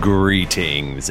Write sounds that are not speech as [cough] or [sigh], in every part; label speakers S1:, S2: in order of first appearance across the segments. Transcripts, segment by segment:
S1: Greetings,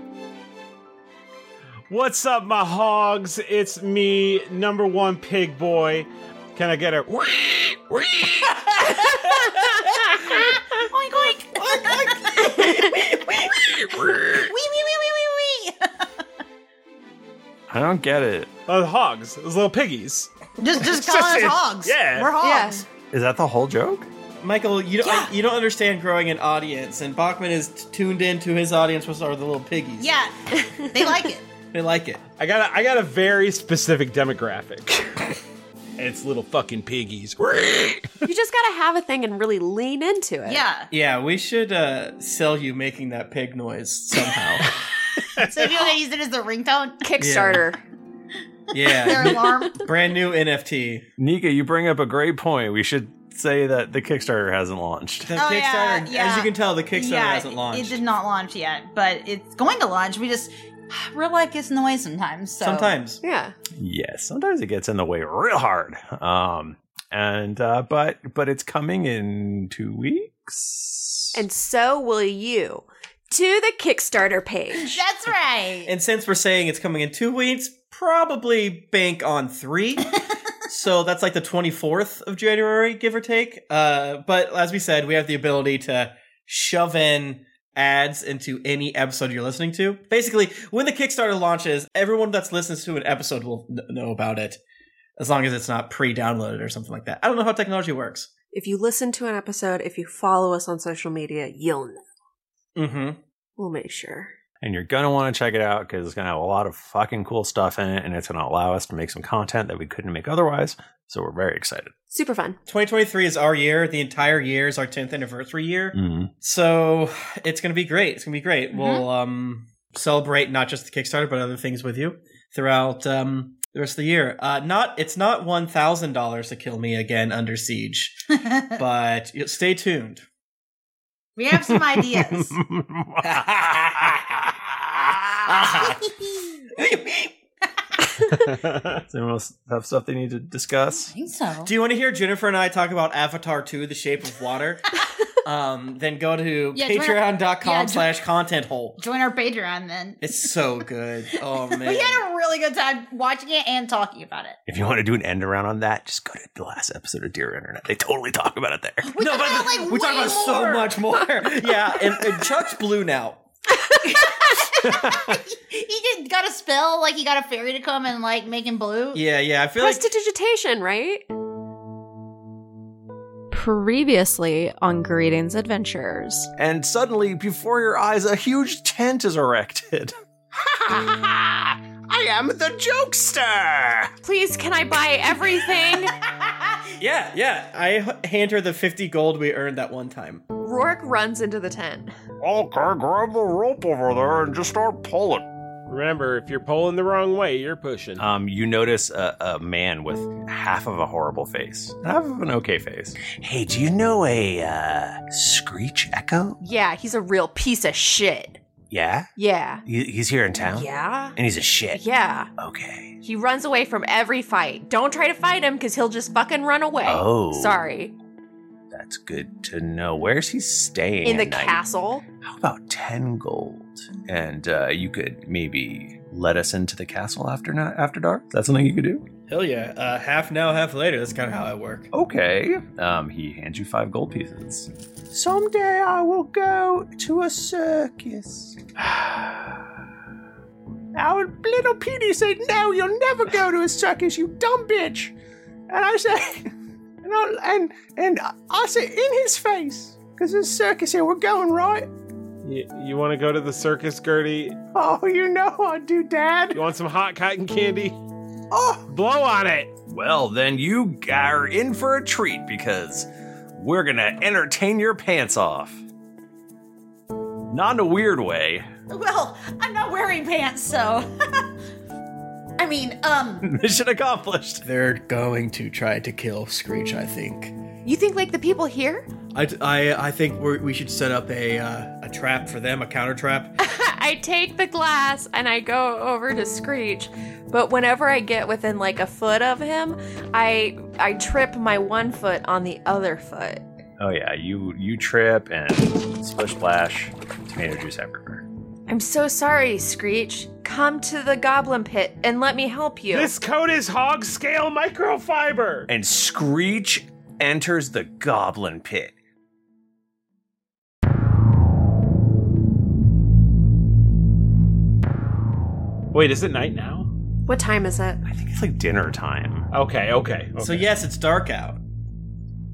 S2: What's up, my hogs? It's me, number one pig boy. Can I get a
S3: Oink, oink. [laughs] Wee, wee, wee, wee, wee,
S1: I don't get it.
S2: uh, hogs? Those little piggies.
S3: wee. Just,
S4: [laughs]
S3: just call us
S2: it.
S3: hogs.
S2: Yeah.
S3: We're hogs.
S1: Is that the whole joke?
S4: Michael, you don't I- you don't understand growing an audience, and Bachman is t- tuned in to his audience, which are the little piggies.
S3: Yeah. they like
S4: [laughs]
S3: it.
S4: they like it.
S2: I got a, I got a very specific demographic. it's little fucking piggies. [laughs]
S5: You just gotta have a thing and really lean into it.
S3: Yeah.
S4: Yeah, we should uh, sell you making that pig noise somehow.
S3: So if you want to use it as a ringtone,
S5: Kickstarter.
S3: their
S4: yeah,
S3: alarm.
S4: brand new NFT.
S1: Nika, you bring up a great point. We should say that the Kickstarter hasn't launched.
S4: The
S3: Oh,
S4: Kickstarter,
S3: yeah, yeah.
S4: as you can tell, the Kickstarter
S3: yeah,
S4: hasn't launched.
S3: It did not launch yet, but it's going to launch. We just [sighs] real life gets in the way sometimes. So.
S4: Sometimes.
S5: Yeah.
S1: Yes, sometimes it gets in the way real hard. Um, and uh, but but it's coming in two weeks.
S5: And so will you to the Kickstarter page.
S3: That's right.
S4: And since we're saying it's coming in two weeks, probably bank on three. so that's like the 24th of January, give or take. Uh, but as we said, we have the ability to shove in ads into any episode you're listening to. Basically, when the Kickstarter launches, everyone that's listens to an episode will kn- know about it. As long as it's not pre-downloaded or something like that. I don't know how technology works.
S5: If you listen to an episode, if you follow us on social media, you'll know.
S4: Mm-hmm.
S5: We'll make sure.
S1: and you're gonna want to check it out because it's gonna have a lot of fucking cool stuff in it, and it's gonna allow us to make some content that we couldn't make otherwise. So we're very excited.
S5: Super fun.
S4: 2023 is our year. The entire year is our 10th anniversary year.
S1: Mm-hmm.
S4: So it's gonna be great. It's gonna be great.
S3: Mhm.
S4: We'll um celebrate not just the Kickstarter but other things with you throughout um the rest of the year. Uh not it's not one thousand dollars to kill me again under siege,
S3: [laughs]
S4: but you stay tuned.
S3: we have
S4: [laughs]
S3: some [laughs] ideas.
S1: Does anyone else have stuff they need to discuss?
S3: think so.
S4: Do you want to hear Jennifer and I talk about Avatar 2, The Shape
S3: [laughs]
S4: of Water? um then go to
S3: Yeah, join our-
S4: patreon.com
S3: yeah, jo-
S4: slash content hole.
S3: [laughs] Join our Patreon then.
S4: It's so good. Oh
S3: [laughs]
S4: man.
S3: We had a really good time watching it and talking about it.
S1: If you want to do an end around on that, just go to the last episode of Dear Internet. They totally talk about it there.
S3: We talked about, like,
S4: we talk
S3: way
S4: about so
S3: more.
S4: much more.
S3: [laughs]
S4: yeah, and, and Chuck's blue now.
S3: He did, got a spell, like he got a fairy to come and like make him blue.
S4: Yeah, yeah. I feel like
S5: Prestidigitation, right? Previously on Greetings Adventures.
S1: And suddenly, before your eyes, a huge tent is erected. [laughs] I am the jokester.
S5: Please, can I buy everything?
S4: Yeah, yeah. I h- hand her the 50 gold we earned that one time.
S5: Rourke runs into the tent.
S6: Okay, grab the rope over there and just start pulling.
S2: Remember, if you're pulling the wrong way, you're pushing.
S1: Um, you notice a, a man with half of a horrible face, half of an okay face. Hey, do you know a uh, screech echo?
S5: Yeah, he's a real piece of shit.
S1: Yeah,
S5: Yeah.
S1: he, he's here in town.
S5: Yeah.
S1: and he's a shit.
S5: Yeah.
S1: Okay.
S5: He runs away from every fight. Don't try to fight him because he'll just fucking run away.
S1: Oh.
S5: Sorry.
S1: That's good to know. Where's he staying?
S5: In the
S1: at night?
S5: castle.
S1: How about 10 gold? And uh, you could maybe let us into the castle after na- after dark? Is that something you could do?
S4: Hell yeah. Uh, half now, half later. That's kind of how I work.
S1: Okay. Um, he hands you five gold pieces. [laughs] Someday I will go to a circus. [sighs] Our little Petey said, No, you'll never go to a circus, you dumb bitch. And I say, [laughs] and I, and, and I say in his face, because there's a circus here, we're going, right?
S2: You, you want to go to the circus, Gertie?
S1: Oh, you know I do, Dad.
S2: You want some hot cotton candy?
S1: Oh,
S2: Blow on it.
S1: Well, then you are in for a treat because we're going to entertain your pants off. Not in a weird way,
S3: Well, I'm not wearing pants, so. [laughs] I mean, um,
S7: Mission accomplished.
S4: They're going to try to kill Screech, I think.
S5: You think like the people here? [laughs]
S4: I, I, I think we're, we should set up a, uh, a trap for them, a counter trap.
S5: I take the glass and I go over to Screech, but whenever I get within like a foot of him, I I trip my one foot on the other foot.
S1: Oh yeah, you you trip and splish splash, tomato juice everywhere.
S5: I'm so sorry, Screech. Come to the goblin pit and let me help you.
S2: This coat is hog scale microfiber.
S1: And Screech enters the goblin pit.
S2: Wait, is it night now?
S5: what time is it?
S1: I think it's like dinner time.
S2: Okay, okay. okay.
S4: So, yes, it's dark out.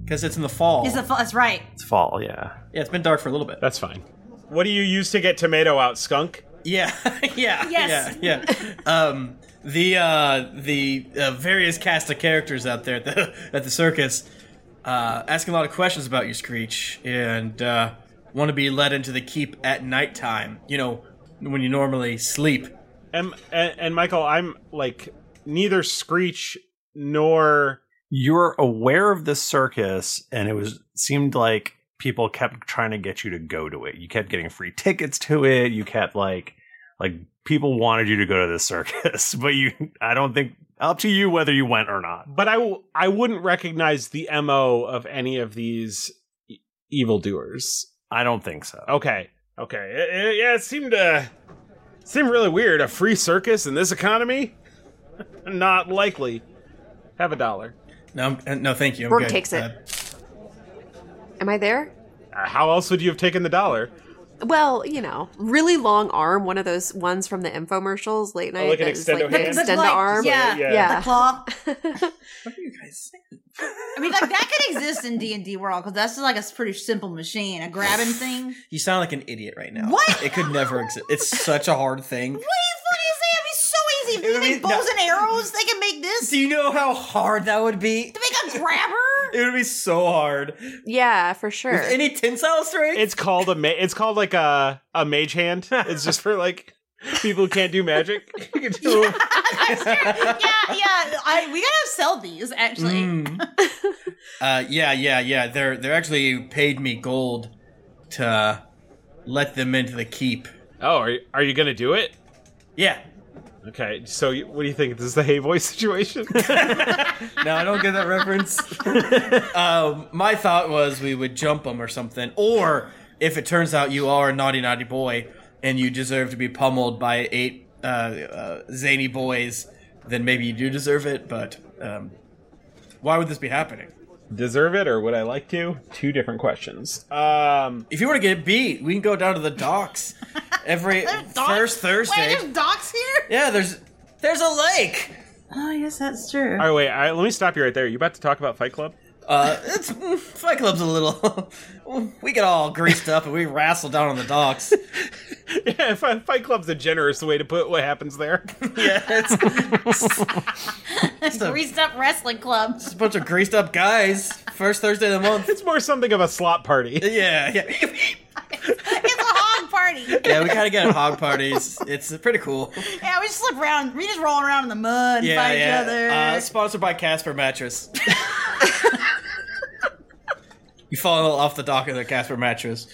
S4: Because it's in the fall.
S3: is it fu- That's right.
S1: It's fall, yeah.
S4: yeah, it's been dark for a little bit.
S2: That's fine. What do you use to get tomato out, skunk?
S4: Yeah, [laughs] yeah,
S3: Yes.
S4: yeah, yeah. Um, the uh, the uh, various cast of characters out there at the, [laughs] at the circus uh, asking a lot of questions about you, Screech, and uh, want to be let into the keep at nighttime. You know, when you normally sleep.
S2: And, and and Michael, I'm like neither Screech nor
S1: You're aware of this circus, and it was seemed like people kept trying to get you to go to it. You kept getting free tickets to it. You kept like like people wanted you to go to this [laughs] circus, but you I don't think up to you whether you went or not.
S2: but I w- I wouldn't recognize the MO of any of these e- evildoers.
S1: I don't think so.
S2: Okay. Okay. Eh, eh, yeah, it seemed uh seemed really weird. A free circus in this economy? [laughs] Not likely. Have a dollar.
S4: No, I'm- uh, no, thank you. I'm
S5: Brooke
S4: good.
S5: takes it.
S4: Uh,
S5: Am I there?
S2: Uh, how else would you have taken the dollar?
S5: Well, you know, really long arm, one of those ones from the infomercials late night.
S2: Oh, like an
S5: that is, like,
S2: extendo
S5: they
S2: hand?
S5: extend
S3: like,
S5: the arm.
S3: Yeah,
S2: Yeah.
S5: Yeah.
S3: The claw.
S4: [laughs] what are you guys saying?
S3: I mean, like that could exist in D and D world because that's just like a s- pretty simple machine, a
S4: [laughs]
S3: grabbing thing.
S4: You sound like an idiot right now.
S3: What?
S4: It could never exist. It's such a hard thing.
S3: What do you say? It'd be so easy. If
S4: It
S3: you
S4: would
S3: make
S4: be-
S3: bows
S4: no.
S3: and arrows, they can make this.
S4: Do you know how hard that would be?
S3: to make a
S4: [laughs]
S3: grabber.
S4: It would be so hard.
S5: Yeah, for sure.
S4: Any tensile strength?
S2: It's called a ma- it's called like a a mage hand. It's just for like people who can't do magic. You can do a
S3: yeah, yeah. I, we gotta sell these actually.
S4: Mm. uh, yeah, yeah, yeah. They're they're actually paid me gold to let them into the keep.
S2: Oh, are you, are you gonna do it?
S4: Yeah.
S2: Okay, so you, what do you think? This is the hey
S4: [laughs]
S2: boy situation?
S4: No, I don't get that reference. um, my thought was we would jump them or something, or if it turns out you are a naughty naughty boy and you deserve to be pummeled by eight uh, uh, zany boys, then maybe you do deserve it. But um, why would this be happening?
S2: Deserve it or would I like to? Two different questions. Um,
S4: If you were to get beat, we can go down to the docks every
S3: Docs?
S4: first Thursday.
S3: Wait, there's docs here.
S4: Yeah, there's there's a lake.
S3: Oh, yes, that's [laughs] true.
S2: all right, wait. I, let me stop you right there. You about to talk about Fight Club?
S4: Uh, it's [laughs] mm, Fight Club's a little. [laughs] we get all greased up and we wrestle down on the docks.
S2: [laughs] yeah, Fi- Fight Club's a generous way to put what
S5: [laughs]
S2: happens there.
S4: yeah, it's, it's a, it's
S3: Greased up wrestling club.
S4: a bunch of greased up guys. First Thursday of the month.
S2: it's more something of a slot party.
S4: [laughs] Yeah, yeah,
S3: It's a hog party.
S4: [laughs] yeah.
S3: [laughs]
S4: We gotta get at hog parties. It's pretty cool.
S3: Yeah, we just slip around. We just roll around in the mud and
S4: Yeah,
S3: fight
S4: yeah. Uh,
S3: each other.
S4: sponsored by Casper Mattress. [laughs] you fall off the dock of the Casper Mattress.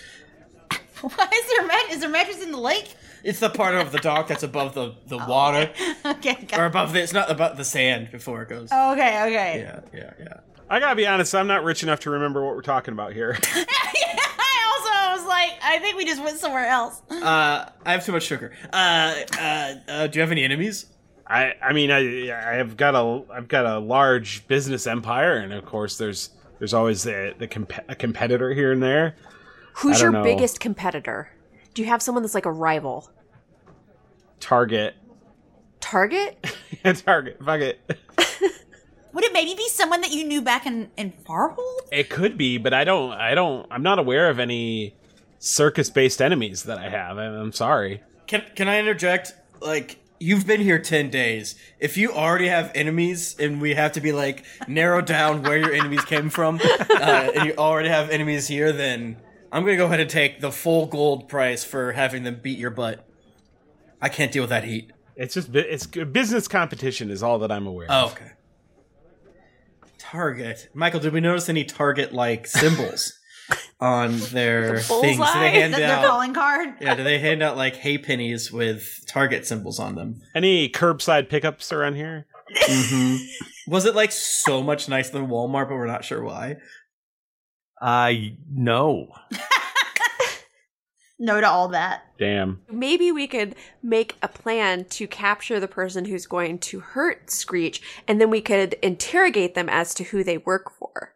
S3: [laughs] Why is there a mat- is there a mattress in the lake?
S4: It's the part of the dock that's above the, the water
S3: [laughs] Okay, got-
S4: or above the, it's not above the sand before it goes.
S3: Oh, okay, okay. [laughs]
S4: Yeah, yeah, yeah.
S2: I gotta be honest, I'm not rich enough to remember what we're talking about here. [laughs]
S3: I also was like, I think we just went somewhere else.
S4: Uh, I have too much sugar. Uh, uh, uh, do you have any enemies?
S2: I, I mean, I, I have got a, I've got a large business empire, and of course, there's, there's always the, the comp- a competitor here and there. I
S5: Who's your
S2: don't know.
S5: biggest competitor? Do you have someone that's like a rival?
S2: Target, [laughs]
S5: Target?
S2: Target, fuck it. [laughs]
S3: Would it maybe be someone that you knew back in in Farhold?
S2: It could be, but I don't, I don't, I'm not aware of any circus-based enemies that I have. I, I'm sorry.
S4: Can Can I interject? Like, you've been here ten days. If you already have enemies, and we have to be like narrow down where your enemies came from, uh, and you already have enemies here, then I'm gonna go ahead and take the full gold price for having them beat your butt. I can't deal with that heat.
S2: It's just bu- it's business competition is all that I'm aware.
S4: Oh,
S2: of.
S4: okay. Target. Michael, did we notice any target like
S2: [laughs]
S4: symbols on their
S5: Like a
S4: things? Do
S5: bullseye?
S4: they hand
S3: Is that their
S4: out
S3: calling card?
S4: Yeah, do they hand out like hay pennies with target symbols on them?
S2: Any curbside pickups around here?
S4: Mm-hmm. Was it like so much nicer than Walmart, but we're not sure why?
S1: I no.
S3: No to all that.
S2: Damn.
S5: Maybe we could make a plan to capture the person who's going to hurt Screech, and then we could interrogate them as to who they work for.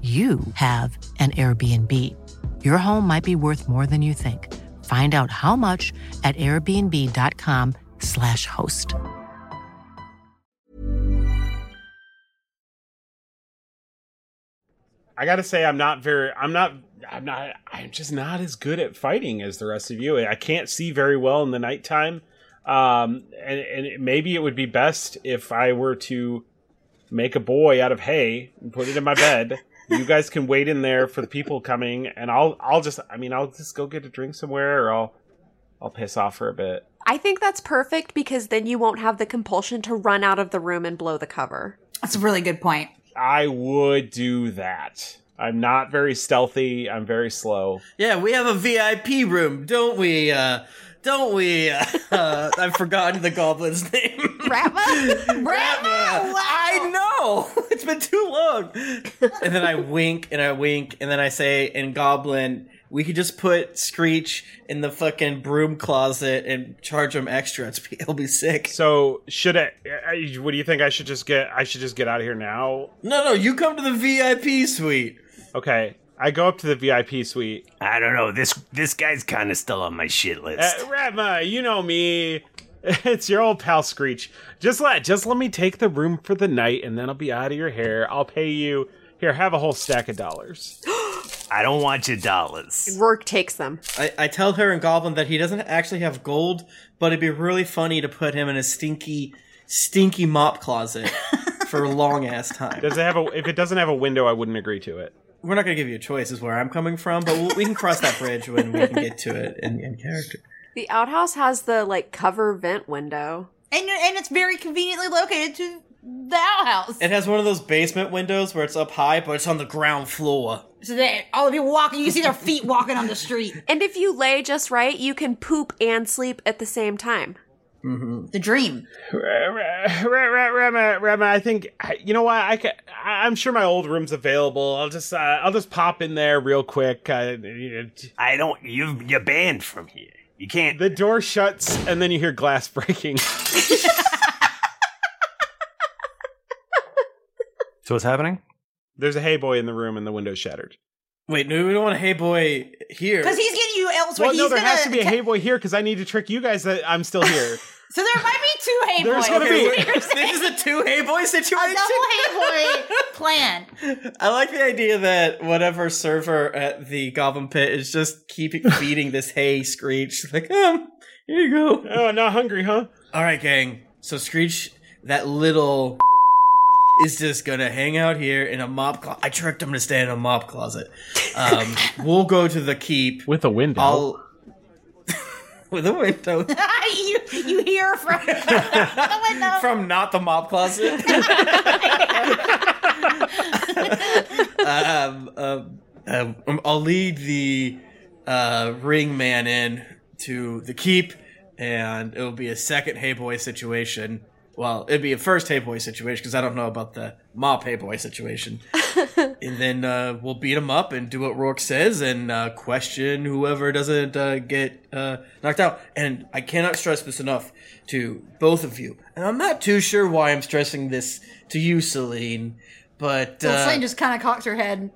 S8: you have an Airbnb. Your home might be worth more than you think. Find out how much at airbnb.com/slash host.
S2: I gotta say, I'm not very. I'm not. I'm not. I'm just not as good at fighting as the rest of you. I can't see very well in the nighttime. Um, and, and it- maybe it would be best if I were to make a boy out of hay and put it in my bed. you guys can wait in there for the people coming, and I'll. I'll just. I mean, I'll just go get a drink somewhere, or I'll. I'll piss off for a bit.
S5: I think that's perfect because then you won't have the compulsion to run out of the room and blow the cover.
S3: That's a really good point.
S2: I would do that. I'm not very stealthy. I'm very slow.
S4: Yeah, we have a VIP room, don't we? Uh, don't we? Uh, uh, [laughs] I've forgotten the goblin's [laughs] name.
S3: Ratma? Ratma!
S4: I know [laughs] it's been too long. and then I wink and I wink and then I say, "And Goblin, we could just put Screech in the fucking broom closet and charge him extra. It's, he'll be sick."
S2: So should I, I? What do you think? I should just get. I should just get out of here now.
S4: No, no, you come to the VIP suite.
S2: Okay, I go up to the VIP suite.
S1: I don't know. This this guy's kind of still on my shit list.
S2: Uh, Ratma, you know me. [laughs] It's your old pal Screech. Just let just let me take the room for the night, and then I'll be out of your hair. I'll pay you. Here, have a whole stack of dollars.
S1: I don't want your dollars.
S5: Rourke takes them.
S4: I, I tell her and Goblin that he doesn't actually have gold, but it'd be really funny to put him in a stinky, stinky mop closet for a long ass time.
S2: Does it have a? If it doesn't have a window, I wouldn't agree to it.
S4: We're not gonna give you a choice, is where I'm coming from, but we'll, we can cross that bridge when we can get to it in, in character.
S5: The outhouse has the like cover vent window.
S3: And, and it's very conveniently located to the outhouse.
S4: It has one of those basement windows where it's up high, but it's on the ground floor.
S3: So they, all the people walking, Oh, you can see their feet
S5: [laughs]
S3: walking on the street.
S5: And if you lay just right, you can poop and sleep at the same time.
S3: The dream.
S2: Rama, Rama, I think you know what I ca I- I'm sure my old room's available. I'll just uh, I'll just pop in there real quick. Uh, I, I don't. You you're banned from here. You can't. The door shuts, and then you hear glass breaking. [laughs]
S1: So what's happening?
S2: There's a hay boy in the room, and the window's shattered.
S4: Wait, no, we don't want a hey boy here.
S3: Because he's getting you elsewhere.
S2: Well, no,
S3: He's
S2: there
S3: gonna
S2: has to be a
S3: atta-
S2: hay boy here because I need to trick you guys that I'm
S3: [laughs]
S2: still here.
S3: So there might be two hay
S2: There's
S3: boys.
S2: gonna be-
S3: is what
S2: [laughs]
S3: you're saying.
S4: This is a two hay boy situation.
S3: A double hay boy
S2: [laughs]
S3: plan. [laughs]
S4: I like the idea that whatever server at the Goblin Pit is just
S2: [laughs]
S4: keeping feeding this hay Screech. [laughs] Like, um, here you go.
S2: Oh, not hungry, huh?
S4: All right, gang. So Screech, that little [laughs] is just gonna hang out here in a mop closet. I tricked him to stay in a mop closet.
S2: [laughs]
S4: Um, we'll go to the keep
S2: with a window.
S4: I'll- [laughs] with a
S3: [laughs]
S4: window
S3: you you hear
S2: [laughs]
S3: from the window.
S4: from not the mop closet. um, um, um, I'll lead the uh, ring man in to the keep, and it'll be a second hey boy situation. Well, it'd be a first hey boy situation because I don't know about the mop hey boy situation. and then uh, we'll beat him up and do what Rourke says and uh, question whoever doesn't uh, get uh, knocked out. And I cannot stress this enough to both of you. And I'm not too sure why I'm stressing this to you, Celine, but
S3: So
S4: uh,
S3: Celine just kind of cocks her head.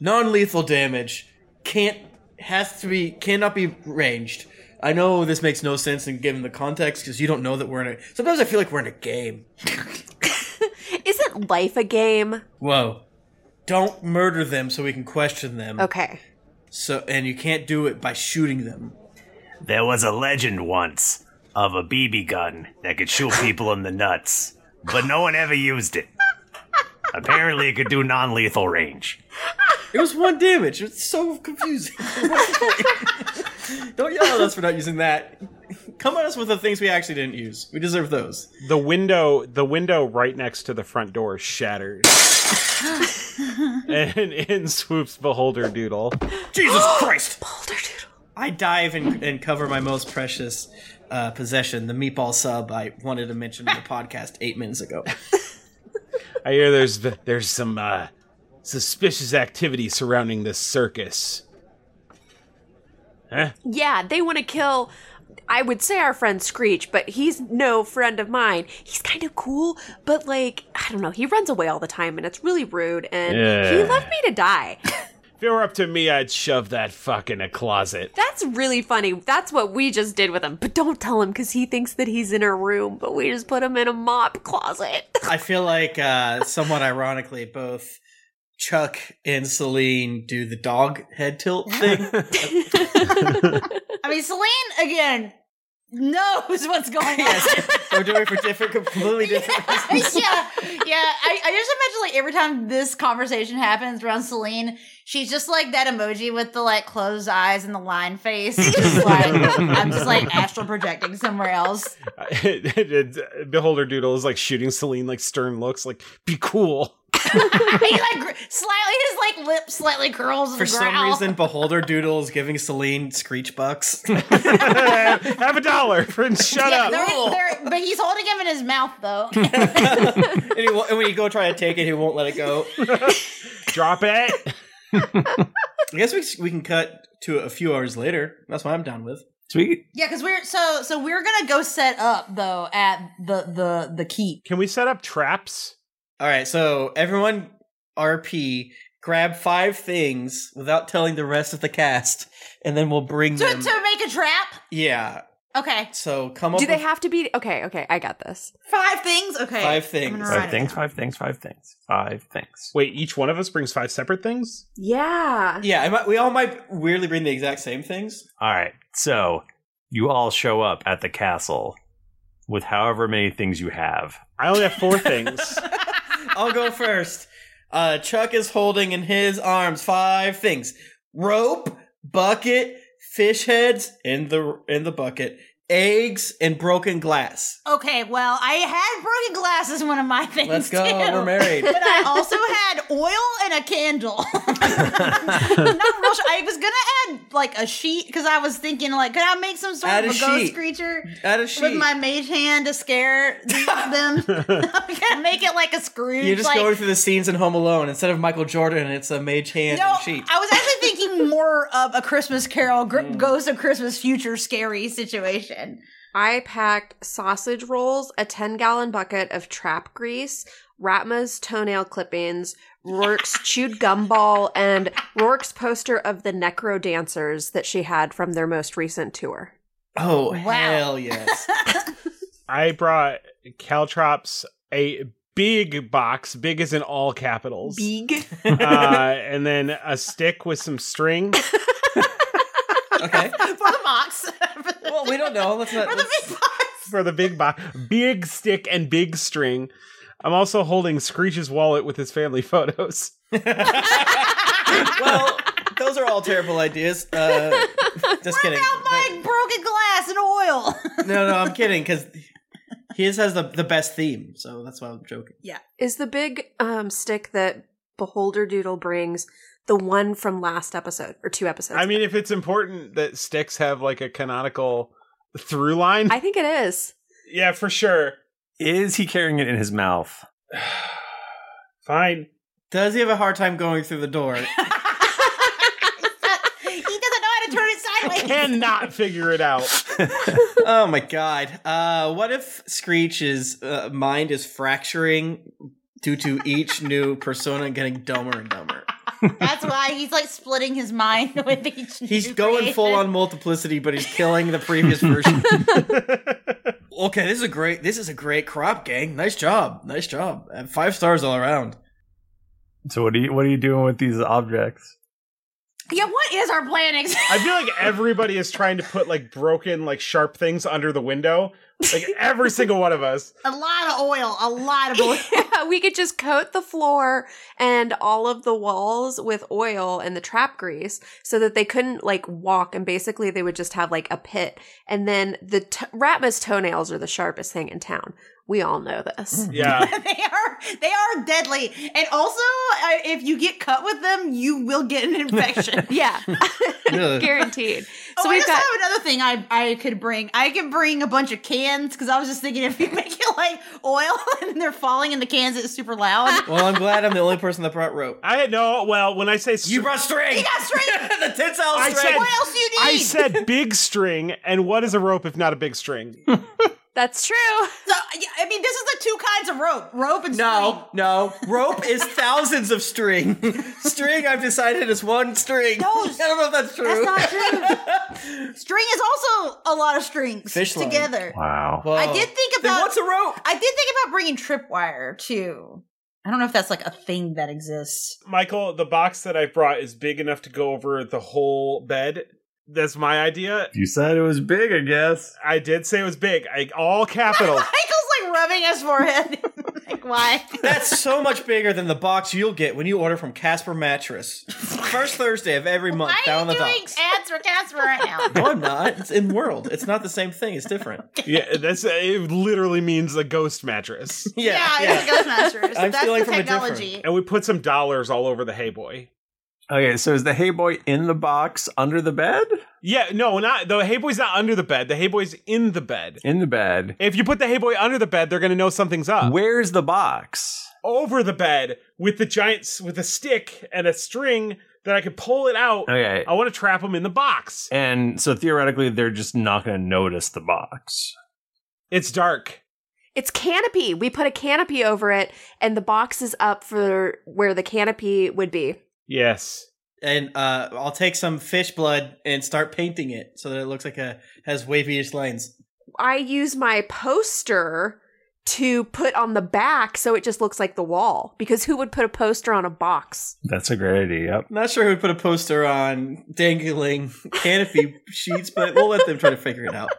S4: non-lethal damage can't has to be cannot be ranged. I know this makes no sense in given the context because you don't know that we're in a. Sometimes I feel like we're in a game.
S5: Isn't life a game?
S4: Whoa! Don't murder them so we can question them.
S5: Okay.
S4: So and you can't do it by shooting them.
S9: There was a legend once of a BB gun that could shoot people in the nuts, but no one ever used it. Apparently, it could do non lethal range.
S4: It was one damage. It's so confusing. [laughs] don't yell at us for not using that. Come at us with the things we actually didn't use. We deserve those.
S2: The window, the window right next to the front door shattered, and in swoops Beholder Doodle.
S4: [gasps] Jesus
S3: [gasps]
S4: Christ! I dive and, and cover my most precious uh, possession, the meatball sub I wanted to
S3: [laughs]
S4: mention in the podcast eight minutes ago.
S2: I hear there's there's some uh, suspicious activity surrounding this circus. Huh?
S5: Yeah, they want to kill. I would say our friend Screech, but he's no friend of mine. He's kind of cool, but like I don't know, he runs away all the time, and it's really rude. And he
S2: Yeah.
S5: left me to die.
S2: If it were up to me, I'd shove that fuck in a closet. [laughs]
S5: That's really funny. That's what we just did with him. But don't tell him because he thinks that he's in a room, but we just put him in a mop closet.
S4: I feel like, uh, somewhat ironically, both Chuck and Celine do the dog head tilt thing.
S3: I mean, Celine again knows what's
S2: [laughs]
S3: going on.
S4: We're doing
S3: [laughs]
S4: it for different, completely different reasons.
S3: yeah, [laughs] yeah. I, I just imagine like every time this conversation happens around Celine, she's just like that emoji with the like closed eyes and the line face. Just like I'm just like astral projecting somewhere else.
S2: Beholder Doodle is like shooting Celine like stern looks, like be cool.
S3: he like gr- slightly his like lips slightly curls and
S4: For some
S3: growl.
S4: reason, Beholder Doodle is giving Celine screech
S3: [laughs]
S4: bucks. [laughs]
S2: Have a dollar, friend. Shut
S3: Yeah,
S2: up.
S3: they're- they're- but he's holding him in his mouth though.
S4: and, he won't- and when you go try to take it, he won't let it go.
S2: Drop it.
S4: [laughs] I guess we, we can cut to a few hours later. That's what I'm down with.
S1: Sweet.
S3: Yeah, because we're so so we're gonna go set up though at the the the keep.
S2: Can we set up traps?
S4: All right, so everyone RP grab five things without telling the rest of the cast, and then we'll bring
S3: to
S4: them.
S3: to make a trap.
S4: yeah.
S3: Okay,
S4: So come up
S5: Do they
S4: with
S5: have to be okay? Okay, I got this.
S3: five things. Okay,
S4: Five things.
S3: I'm gonna write
S1: Five
S3: it
S1: things,
S3: down.
S1: five things, five things, five things.
S2: Wait, each one of us brings five separate things.
S5: Yeah.
S4: Yeah, I might, we all might weirdly bring the exact same things.
S1: All right. So you all show up at the castle with however many things you have.
S2: I only have four things.
S4: [laughs] I'll go first. Uh, Chuck is holding in his arms five things: rope, bucket, fish heads in the in the bucket, eggs, and broken glass.
S3: Okay, well, I had broken glass as one of my things.
S4: Let's go,
S3: too.
S4: we're married.
S3: But I also had oil and a candle. [laughs] I'm not real sure. I was gonna add like a sheet because I was thinking like, could I make some sort
S4: Add
S3: of
S4: a
S3: a, ghost
S4: sheet.
S3: creature
S4: Add a
S3: with
S4: sheet.
S3: my mage hand to
S4: [laughs]
S3: scare the- them? [laughs] I'm gonna make it like a Scrooge.
S4: You're just
S3: like,
S4: going through the scenes in Home Alone instead of Michael Jordan. It's a mage hand
S3: No,
S4: and
S3: [laughs]
S4: sheet. Mm.
S3: I was actually thinking more of a Christmas Carol, gr- Ghost of Christmas Future scary situation.
S5: I packed sausage rolls, a 10 gallon bucket of trap grease, Ratma's toenail clippings,
S3: [laughs]
S5: Rourke's chewed gumball, and Rourke's poster of the Necro Dancers that she had from their most recent tour.
S4: Oh hell yes!
S2: [laughs] I brought Caltrops a big box, big as in all capitals.
S5: Big.
S3: [laughs]
S2: uh, and then a stick with some string.
S3: For the [laughs] box. well,
S4: we don't know. Let's not.
S3: For the big box.
S2: for the big box, big stick and big string. I'm also holding Screech's wallet with his family [laughs] photos.
S4: Those are all terrible ideas.
S3: [laughs]
S4: Uh, just kidding.
S3: Like broken glass and oil. [laughs]
S4: No, no, I'm kidding because his has the the best theme, so that's why I'm joking.
S3: Yeah.
S5: Is the big um, stick that Beholder Doodle brings the one from last episode or two episodes?
S2: I mean, if it's important that sticks have like a canonical through line,
S5: I think it is.
S2: yeah, for sure.
S1: Is he carrying it in his mouth?
S2: Fine.
S4: Does he have a hard time going through the door? [laughs]
S3: He doesn't know how to turn it sideways.
S2: Cannot figure it out.
S4: oh my god! Uh, what if Screech's uh, mind is fracturing due to each new persona getting dumber and dumber?
S3: That's why he's like splitting his mind [laughs] with each.
S4: He's
S3: new
S4: going full
S3: creation.
S4: on multiplicity, but he's killing the previous version. okay, this is a great. This is a great crop, gang. Nice job. Nice job. And Five stars all around.
S1: So what are you what are you doing with these objects?
S3: Yeah, what is our plan exactly?
S2: I
S3: [laughs]
S2: feel like everybody is trying to put like broken, like sharp things under the window. Like every single one of us.
S3: A lot of oil, a lot of oil.
S5: [laughs] yeah, we could just coat the floor and all of the walls with oil and the trap grease so that they couldn't like walk and basically they would just have like a pit. And then the t- Ratma's toenails are the sharpest thing in town. We all know this.
S3: Hmm. [laughs]
S2: Yeah.
S3: they are they are deadly, and also uh, if you get cut with them, you will get an infection.
S5: yeah,
S3: Guaranteed.
S5: guaranteed.
S3: So
S5: So
S3: oh, I
S5: we've
S3: just
S5: got
S3: have another thing I, I could bring. I could bring a bunch of cans because I was just thinking [laughs] if you make it like oil [laughs] and they're falling in the cans, it's super
S2: [laughs]
S3: loud.
S4: Well, I'm glad I'm the only person that brought rope.
S2: I had no. Well, when I say
S4: you brought string,
S3: He got straight.
S4: the tits out
S2: I
S4: string.
S2: said,
S3: what else do you need? [laughs]
S2: I said big string, and what is a rope if not a big string?
S5: that's true.
S3: So, yeah, I mean, this is the two kinds of rope: rope and
S4: No, no. Rope
S3: [laughs]
S4: is thousands of string. string, I've decided, is one string.
S3: No,
S4: [laughs] I don't know if that's true.
S3: That's not [laughs] true. string is also a lot of strings
S4: Fish line.
S3: together.
S1: Wow.
S3: I did think
S4: Then
S3: about
S4: what's a rope?
S3: I did think about bringing tripwire too. I don't know if that's like a thing that exists.
S2: Michael, the box that I brought is big enough to go over the whole bed. That's my idea.
S1: You said it was big, I guess.
S2: I did say it was big. I, all
S3: [laughs]
S2: capital.
S3: Michael's like rubbing his forehead. [laughs] like why?
S4: That's so much bigger than the box you'll get when you order from Casper Mattress. First Thursday of every month, down on the
S3: doing
S4: docks.
S3: ads for Casper right
S4: [laughs]
S3: now.
S4: No, I'm not. It's in world. It's not the same thing. It's different.
S2: yeah, that's it. Literally means a ghost mattress.
S4: [laughs] Yeah,
S3: it's a Ghostmaster.
S4: I'm
S3: that's
S4: stealing
S3: the
S4: from a different-
S3: technology.
S2: And we put some dollars all over the hay boy.
S1: Okay, so is the Hey Boy in the box under the bed?
S2: Yeah, no, not the hay boy's not under the bed. The hay boy's in the bed.
S1: In the bed.
S2: If you put the hay boy under the bed, they're gonna know something's up.
S1: Where's the box?
S2: Over the bed with the giants with a stick and a string that I could pull it out.
S1: Okay.
S2: I want to trap him in the box.
S1: And so theoretically, they're just not going to notice the box.
S2: It's dark.
S5: [laughs] It's canopy. We put a canopy over it, and the box is up for where the canopy would be.
S2: Yes.
S4: And uh, I'll take some fish blood and start painting it so that it looks like a has wavy-ish lines.
S5: I use my poster to put on the back so it just looks like the wall because who would put a poster on a box?
S1: That's a great idea. Yep.
S4: Not sure who put a poster on dangling canopy [laughs] sheets, but we'll let them try to figure it out.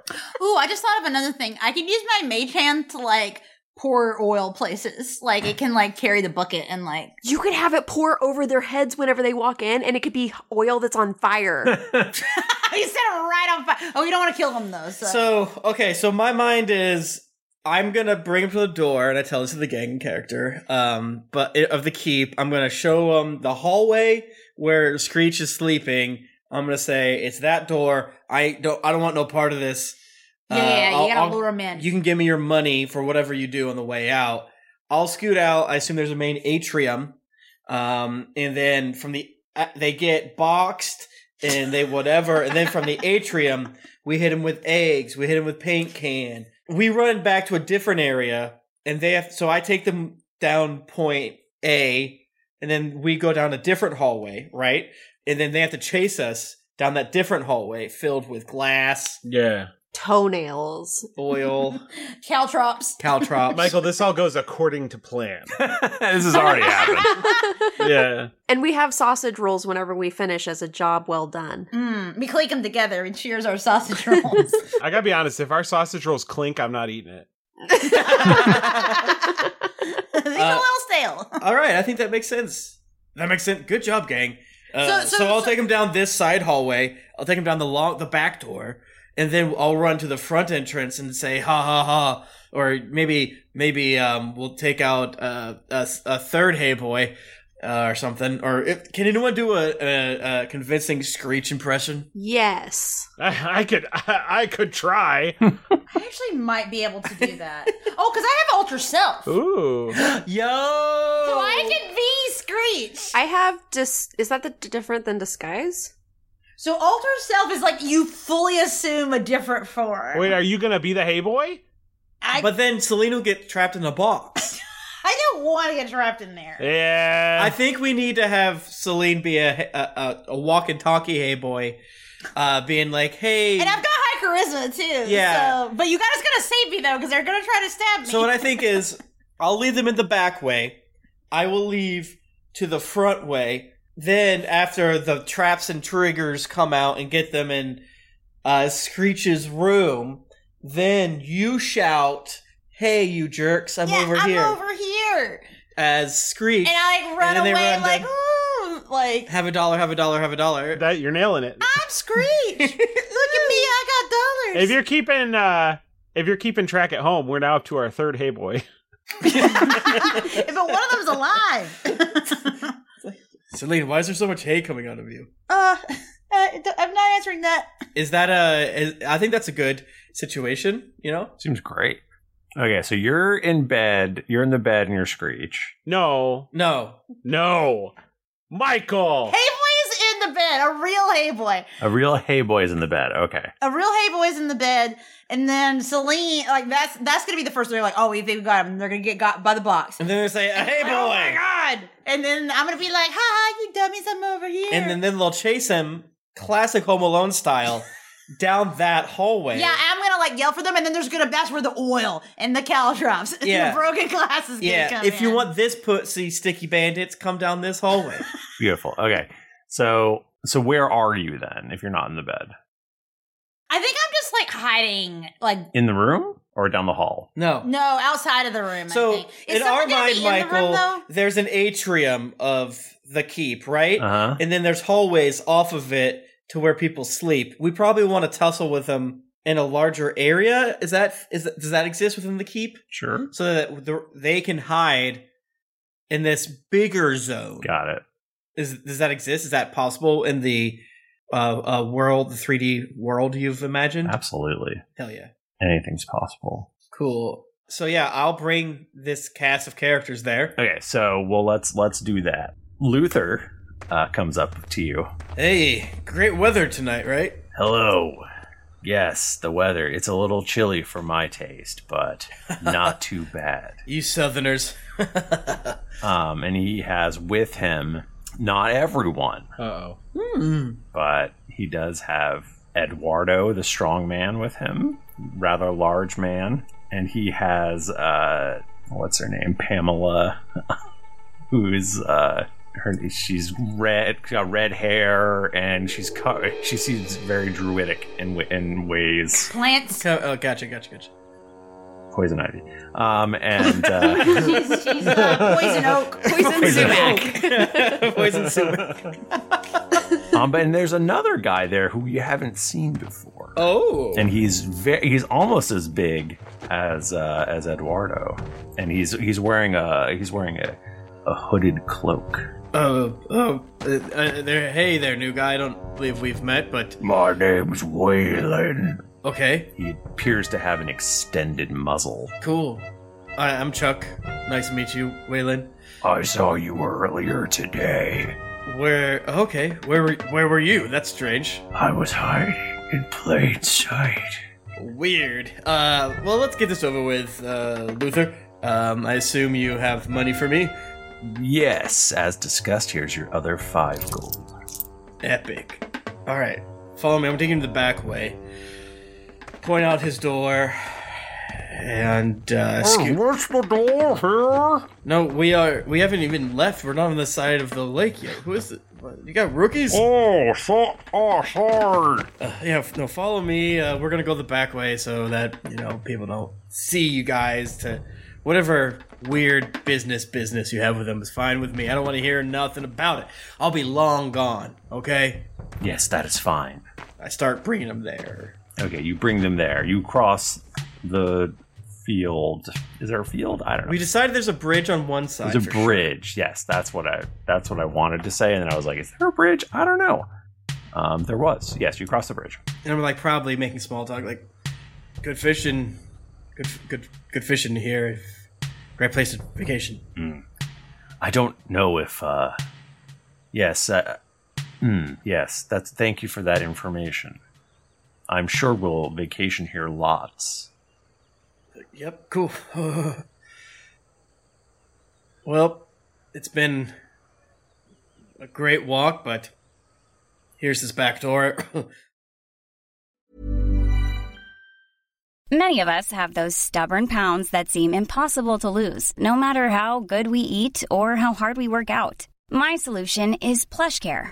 S3: Ooh, I just thought of another thing. I could use my mage hand to like pour oil places. Like it can like carry the bucket and like
S5: You could have it pour over their heads whenever they walk in, and it could be oil that's on fire.
S3: [laughs] you set it right on fire. Oh, you don't want to kill them though. So,
S4: So okay, so my mind is I'm gonna bring him to the door, and I tell this to the gang in character. Um, but it, of the keep, I'm gonna show him the hallway where Screech is sleeping. I'm gonna say it's that door. I don't. I don't want no part of this.
S3: yeah, yeah, yeah,
S4: I'll-
S3: you gotta
S4: uh, I'll-
S3: lure them in.
S4: You
S3: [laughs]
S4: can give me your money for whatever you do on the way out. I'll scoot out. I assume there's a main atrium, um, and then from the uh, they get boxed and they whatever, and then from the atrium we hit them with eggs. We hit them with paint can. We run back to a different area, and they have. So I take them down point A, and then we go down a different hallway, right? And then they have to chase us down that different hallway filled with glass.
S2: Yeah.
S5: Toenails.
S4: Oil.
S3: [laughs] Caltrops.
S4: Caltrops.
S2: Michael, this all goes according to plan.
S1: [laughs] this has already happened.
S2: [laughs] yeah.
S5: And we have sausage rolls whenever we finish as a job well done.
S3: Mm, we click them together and cheers our sausage roll.
S2: I gotta be honest, if our sausage rolls clink, I'm not eating it.
S3: These are a
S4: Uh,
S3: little stale.
S4: All right, I think that makes sense. That makes sense. Good job, gang. Uh,
S3: So-
S4: so,
S3: so-
S4: I'll take him down this side hallway. I'll take him down the long, the back door, and then I'll run to the front entrance and say ha ha ha. Or maybe maybe um, we'll take out uh, a, s- a third hey boy uh, or something. Or if, can anyone do a, a, a convincing screech impression?
S5: Yes.
S2: I, I could I, I could
S1: [laughs]
S2: try.
S3: I actually might be able to do that. oh, because I have ultra self,
S2: Ooh.
S4: Yo.
S3: so I can be Screech.
S5: I have dis. Is that the d- different than disguise?
S3: So alter self is like you fully assume a different form.
S2: Wait, are you gonna be the hay boy?
S4: but then Selena will get trapped in a box.
S3: I don't want to get trapped in there.
S2: Yeah.
S4: I think we need to have Celine be a a, a, a walk and talkie hey boy, uh, being like, hey.
S3: And I've got high charisma too.
S4: Yeah.
S3: So, but you guys gotta save me though, because they're gonna try to stab me.
S4: so what I think is, I'll leave them in the back way. I will leave to the front way. Then after the traps and triggers come out and get them in uh, Screech's room, then you shout, "Hey, you jerks! I'm over
S3: I'm
S4: here!"
S3: over here,
S4: As Screech,
S3: and I like run
S4: And then they
S3: away
S4: run
S3: like
S4: down-
S3: ooh, like
S4: have a dollar, have a dollar, have a dollar.
S2: That you're nailing it.
S3: I'm Screech. Look at me, I got dollars.
S2: If you're keeping uh if you're keeping track at home, we're now up to our third hey boy.
S4: [laughs]
S3: [laughs] if one of them's alive,
S4: Celine, why is there so much hay coming out of you?
S3: uh, [laughs] I, I'm not answering that.
S4: Is that a? Is, I think that's a good situation. You know,
S1: Seems great. Okay, so you're in bed. You're in the bed and you're screech.
S2: No.
S4: No.
S2: No. Michael.
S3: Hey boy is in the bed, a real hey boy.
S1: A real hey boy's in the bed. Okay.
S3: a real hey boy's in the bed, and then Celine, like that's that's gonna be the first thing. Like, oh, we think we got him. They're gonna get got by the box.
S4: And then they say, "Hey boy!"
S3: Oh my god! And then I'm gonna be like, ha ha, you dummies, I'm over here.
S4: and then, then they'll chase him, classic Home
S3: [laughs]
S4: Alone style, down that hallway.
S3: yeah, I'm gonna like yell for them, and then there's gonna that's where the oil and the caltrops and [laughs]
S4: Yeah.
S3: the broken glass is gonna
S4: yeah.
S3: come
S4: If you
S3: in.
S4: want this pussy sticky bandits, come down
S3: [laughs]
S4: this hallway.
S1: Beautiful. Okay. So so where are you then if you're not in the bed?
S3: I think I'm just like hiding, like
S1: In the room or down the hall?
S4: No.
S3: no outside of the room. I
S4: Oh. So
S3: think. Is
S4: in our
S3: someone gonna
S4: mind,
S3: be in the room,
S4: Michael,
S3: though?
S4: there's an atrium of the keep, right?
S1: Uh-huh.
S4: And then there's hallways off of it to where people sleep. We probably want to tussle with them in a larger area. Is that is that, does that exist within the keep?
S1: Sure.
S4: So that the, they can hide in this bigger zone.
S1: Got it.
S4: Is does that exist? Is that possible in the uh, uh, world, the 3D world you've imagined?
S1: Absolutely.
S4: Hell yeah.
S1: Anything's possible.
S4: Cool. So yeah, I'll bring this cast of characters there.
S1: Okay, so well let's let's do that. Luther uh, comes up to you.
S4: Hey, great weather tonight, right?
S1: Hello. Yes, the weather. It's a little chilly for my taste, but
S4: [laughs]
S1: not too bad.
S4: You Southerners. [laughs]
S1: Um, and he has with him not everyone,
S2: Uh oh.
S1: but he does have Eduardo, the strong man, with him, rather large man, and he has uh, what's her name, Pamela, [laughs] who's uh, her she's red, got red hair, and she's co- she seems very druidic in wa- in ways.
S3: plants.
S4: Oh, gotcha, gotcha, gotcha.
S1: poison ivy. Um, and
S3: [laughs]
S1: uh,
S3: She's, she's uh,
S10: [laughs]
S3: poison
S1: [laughs]
S3: oak. Poison,
S1: sumac. [laughs] Poison sumac. um, but- and there's another guy there who you haven't seen before,
S10: Oh.
S1: and he's very, he's almost as big as uh, as Eduardo, and he's he's wearing a he's wearing a, a hooded cloak.
S10: Oh, oh, uh, uh, there, hey there, new guy. I don't believe we've met, but
S1: my name's Waylon.
S10: Okay.
S1: He appears to have an extended muzzle.
S10: Cool. I, I'm Chuck. Nice to meet you, Waylon.
S1: I saw you earlier today.
S10: Where? Okay. Where were? Where were you? That's strange.
S1: I was hiding in plain [laughs] sight.
S10: Weird. Uh, well, let's get this over with, uh, Luther. Um, I assume you have money for me.
S1: Yes, as discussed, here's your other five gold.
S10: Epic. All right, follow me. I'm taking you to the back way. Point out his door, and uh, scoot-
S2: what's Oh, the door here?
S10: No, we are. We haven't even left. We're not on the side of the lake yet. Who is it? What, You got rookies?
S2: Oh, so, oh, sorry.
S10: Uh, yeah. f- No, follow me. Uh, we're gonna go the back way so that you know people don't see you guys. To whatever weird business business you have with them is fine with me. I don't want to hear nothing about it. I'll be long gone. Okay.
S1: Yes, that is fine.
S10: I start bringing them there.
S1: Okay, you bring them there. You cross the field. Is there a field? I don't know.
S10: We decided there's a bridge on one side.
S1: There's a
S10: for
S1: bridge. Yes, that's what I that's what I wanted to say, and then I was like, "Is there a bridge? I don't know." Um, there was. Yes, you crossed the bridge.
S10: and I'm like probably making small talk, like good fishing, good good good fishing here, great place to vacation.
S1: I don't know if. Uh, yes. Uh, mm, yes. That's. Thank you for that information. I'm sure we'll vacation here lots.
S10: Yep, cool. [laughs] well, it's been a great walk, but here's this back door. [laughs]
S11: Many of us have those stubborn pounds that seem impossible to lose, no matter how good we eat or how hard we work out. My solution is PlushCare.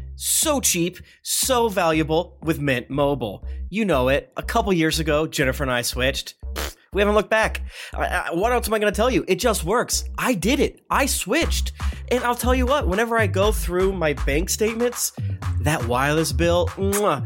S4: so cheap, so valuable with Mint Mobile. You know it. A couple years ago, Jennifer and I switched. Pfft, We haven't looked back. I- I- what else am I going to tell you? It just works. I did it. I switched. And I'll tell you what, whenever I go through my bank statements, that wireless bill, mwah,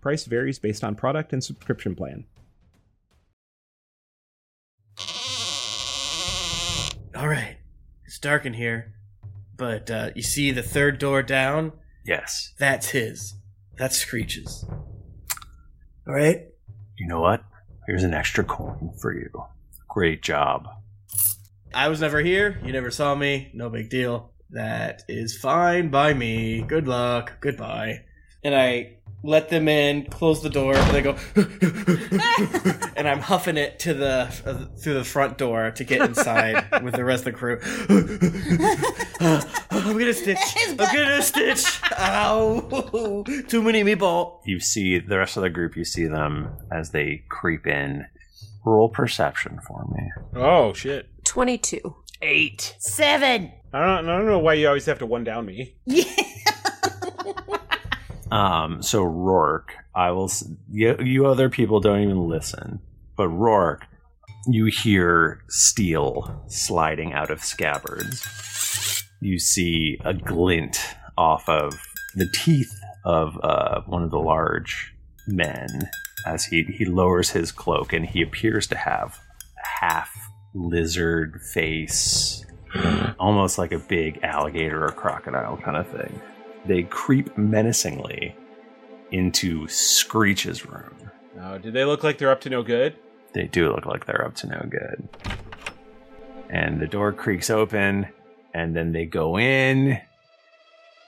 S2: Price varies based on product and subscription plan.
S4: All right, it's dark in here, but uh, you see the third door down.
S1: Yes,
S4: that's his. That's Screech's. All right.
S1: You know what? Here's an extra coin for you. Great job.
S4: I was never here. You never saw me. No big deal. That is fine by me. Good luck. Goodbye. And I let them in, close the door, and they go, [laughs] and I'm huffing it to the uh, through the front door to get
S3: [laughs]
S4: inside with the rest of the crew. I'm gonna stitch. I'm gonna stitch.
S3: [laughs]
S4: Ow! Too many meatball.
S1: You see the rest of the group. You see them as they creep in. Roll perception for me.
S12: Oh shit.
S5: 22.
S12: Eight.
S3: Seven.
S12: I don't, I don't know why you always have to one down me.
S1: Um, so Rourke, I will. s- You, you other people don't even listen, but Rourke, you hear steel sliding out of scabbards. You see a glint off of the teeth of uh, one of the large men as he he lowers his cloak and he appears to have a half lizard face, almost like a big alligator or crocodile kind of thing they creep menacingly into Screech's room.
S12: Oh, do they look like they're up to no good?
S1: They do look like they're up to no good. And the door creaks open, and then they go in,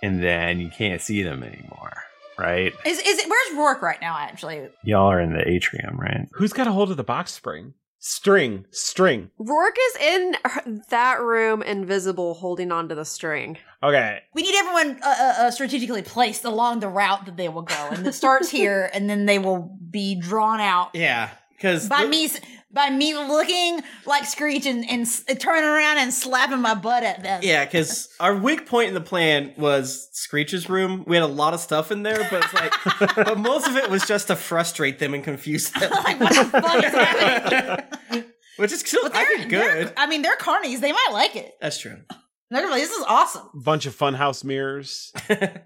S1: and then you can't see them anymore, right?
S3: Is is it? Where's Rourke right now? Actually,
S1: Y'all are in the atrium, right?
S12: Who's got a hold of the box spring? String. String.
S5: Rourke is in her- that room, invisible, holding onto the string.
S12: Okay.
S3: we need everyone uh, uh, uh, strategically placed along the route that they will go, and it starts here, [laughs] and then they will be drawn out
S4: Yeah, because
S3: by me s- by me looking like Screech and, and s- turning around and slapping my butt at them.
S4: Yeah, because our weak point in the plan was Screech's room. We had a lot of stuff in there, but it's [laughs] like, but most of it was just to frustrate them and
S3: [laughs]
S4: confuse them. Which is still, I think, [laughs] good.
S3: I mean, they're carnies. They might like it.
S4: That's true.
S3: They're gonna be like, this is awesome. [laughs]
S12: Bunch of funhouse mirrors.
S4: I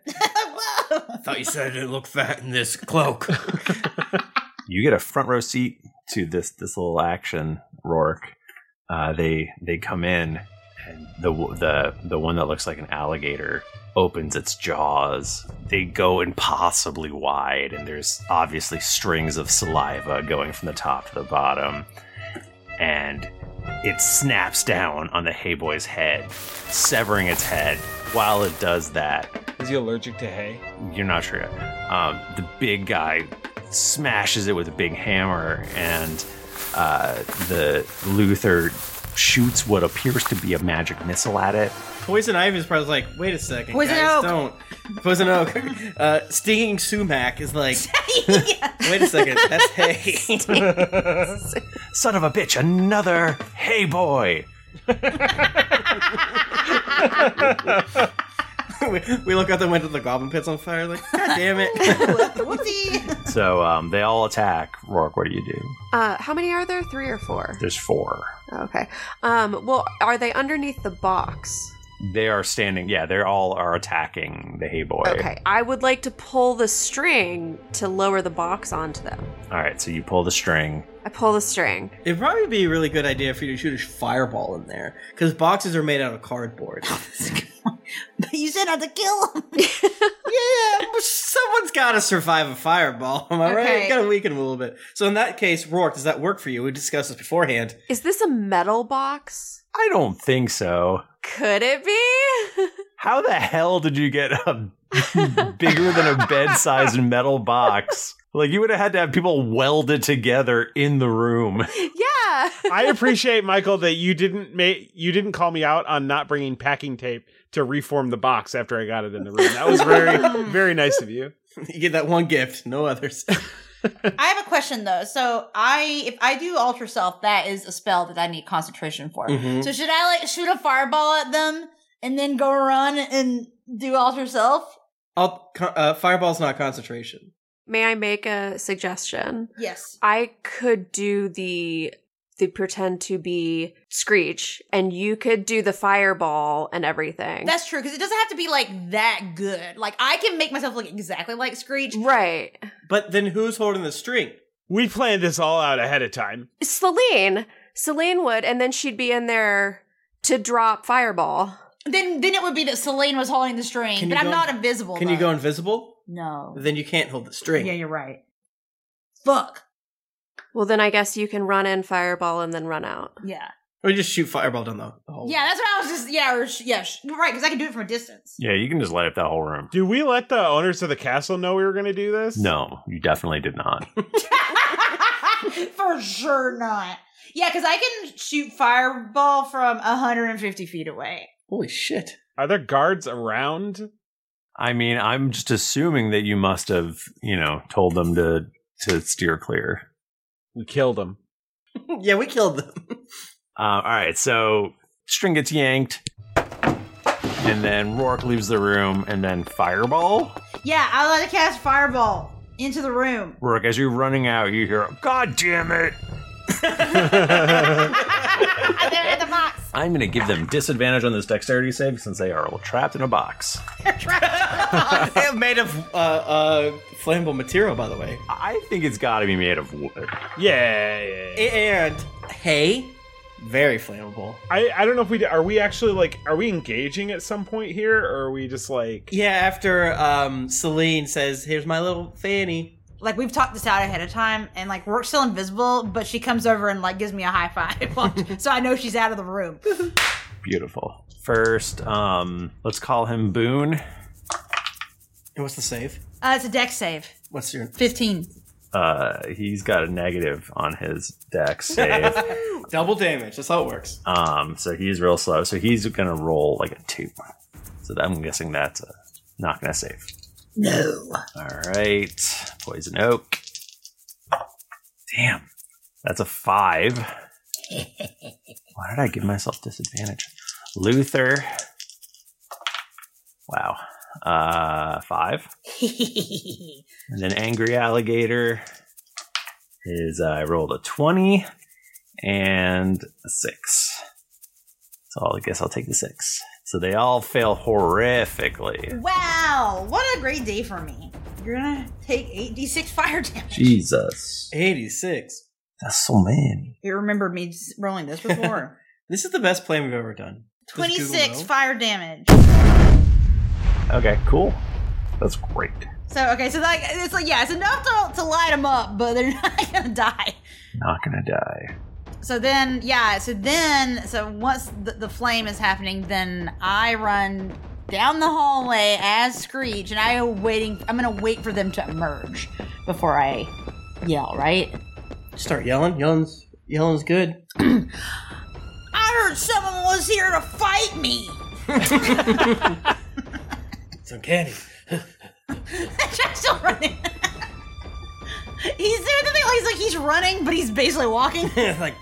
S4: thought you said I didn't look fat in this cloak.
S1: you get a front row seat to this this little action, Rourke. Uh, they they come in, and the the the one that looks like an alligator opens its jaws. They go impossibly wide, and there's obviously strings of saliva going from the top to the bottom, and It snaps down on the hay boy's head, severing its head. While it does that,
S2: Is he allergic to hay?
S1: you're not sure yet. Um, the big guy smashes it with a big hammer, and uh, the Luther shoots what appears to be a magic missile at it.
S4: [laughs] Poison Ivy is probably like, wait a second,
S3: Poison
S4: guys,
S3: oak."
S4: don't. Poison oak. [laughs] Uh, stinging sumac
S3: [laughs]
S4: is like, wait a second, that's [laughs] hay.
S1: Son of a bitch, another hey boy. [laughs]
S4: we, we look out the window, the goblin pit's on fire. Like, god damn it!
S1: So um, they all attack. Rourke, what do you do?
S5: Uh, how many are there? Three or four?
S1: There's four.
S5: Okay. Um, well, are they underneath the box?
S1: They are standing. Yeah, they all are attacking the hay boy.
S5: Okay. I would like to pull the string to lower the box onto them.
S1: All right, so you pull the string.
S5: I pull the string.
S4: It'd probably be a really good idea for you to shoot a fireball in there because boxes are made out of
S3: [laughs]
S4: cardboard.
S3: But you said not to kill him.
S4: yeah, but someone's got to survive a fireball. Am I right?
S5: Okay.
S4: You got to weaken him a little bit. So in that case, Rourke, does that work for you? We discussed this beforehand.
S5: Is this a metal box?
S1: I don't think so.
S5: Could it be? [laughs]
S1: How the hell did you get a [laughs] bigger than a bed-sized metal box? Like you would have had to have people welded together in the room.
S5: yeah.
S2: I appreciate Michael that you didn't make you didn't call me out on not bringing packing tape to reform the box after I got it in the room. That was very very nice of you.
S4: You get that one gift, no
S3: [laughs]
S4: others.
S3: I have a question though. So I, if I do alter self, that is a spell that I need concentration for.
S4: Mhm.
S3: So should I like shoot a fireball at them and then go run and do alter self?
S4: I'll, con- uh, fireball's not concentration.
S5: May I make a suggestion?
S3: Yes.
S5: I could do the the pretend to be Screech, and you could do the fireball and everything.
S3: That's true because it doesn't have to be like that good. Like I can make myself look exactly like Screech.
S5: right.
S4: But then who's holding the string?
S2: We planned this all out ahead of time.
S5: Celine. Celine would, and then she'd be in there to drop fireball.
S3: Then then it would be that Celine was holding the string,
S4: Can
S3: but
S4: you
S3: I'm
S4: go-
S3: not invisible.
S4: Can you go invisible?
S3: No.
S4: Then you can't hold the string.
S3: Yeah, you're right. Fuck.
S5: Well, then I guess you can run in fireball and then run out.
S3: Yeah.
S4: Or you just shoot fireball down the the hole. [laughs]
S3: Yeah, that's what I was just. Yeah, or sh- yeah, sh- right. Because I can do it from a [laughs] distance.
S1: Yeah, you can just light up that whole room.
S2: Do we let the owners of the castle know we were going to do this?
S1: No, you definitely did not.
S3: For sure not. Yeah, because I can shoot fireball from 150 feet away.
S4: [laughs] Holy shit.
S2: Are there guards around?
S1: I mean, I'm just assuming that you must have, you know, told them to to steer clear.
S2: We killed them.
S4: yeah, we killed them.
S1: Uh, all right, so string gets yanked, and then Rourke leaves the room, and then Fireball.
S3: Yeah, I let it cast fireball into the room.
S1: Rourke, as you're running out, you hear, "God damn it!"
S3: [laughs] I did it in the box.
S1: I'm going to give them disadvantage on this dexterity save since they are trapped in
S4: [laughs]
S1: a box.
S4: They're made of uh, uh, flammable material, by the way.
S1: I think it's got to be made of wood.
S2: Yeah.
S4: And hay, very flammable.
S2: I, I don't know if we are we actually like are we engaging at some point here or are we
S3: [laughs]
S2: just like
S4: Yeah, after um, Celine says, "Here's my little fanny."
S3: Like we've talked this out ahead of time, and like we're still invisible, but she comes over and like gives me a high five, [laughs] so I know she's out of the room.
S1: Beautiful. First, um, let's call him Boone.
S4: And what's the save?
S3: Uh, it's a deck save.
S4: What's your
S3: 15.
S1: Uh, he's got a negative on his dex save.
S4: [laughs] Double damage. That's how it works.
S1: Um, so he's real slow. So he's gonna roll like a two. So that- I'm guessing that's uh not gonna save.
S3: No.
S1: All right, poison oak. Damn, that's a five. Why did I give myself disadvantage? Luther. Wow, uh, five. And then Angry Alligator is uh, I rolled a 20 and a 6. So I'll- I guess I'll take the 6. So they all fail
S3: [laughs]
S1: horrifically.
S3: wow, what a great day for me. You're gonna take 8d6 fire damage.
S1: Jesus.
S4: 86.
S1: That's so many.
S3: You remember me s- rolling [laughs] this before.
S4: This is the best plan we've ever done. Does Google
S3: 26
S4: know?
S3: fire damage.
S1: Okay, cool. That's great.
S3: So, okay, so like, [laughs] it's like, yeah, it's enough to, to light them up, but they're not gonna die.
S1: Not gonna die.
S3: So then, yeah. So then, so once the, the flame is happening, then I run down the hallway as Screech, and I am waiting. I'm gonna wait for them to emerge before I yell. Right?
S4: Start yelling. Yelling's yelling's good.
S3: I heard someone was here to fight [laughs] me.
S4: It's uncanny.
S3: [laughs] Jack's still running. he's doing the thing. He's like he's running, but he's basically
S2: [laughs]
S3: walking.
S4: like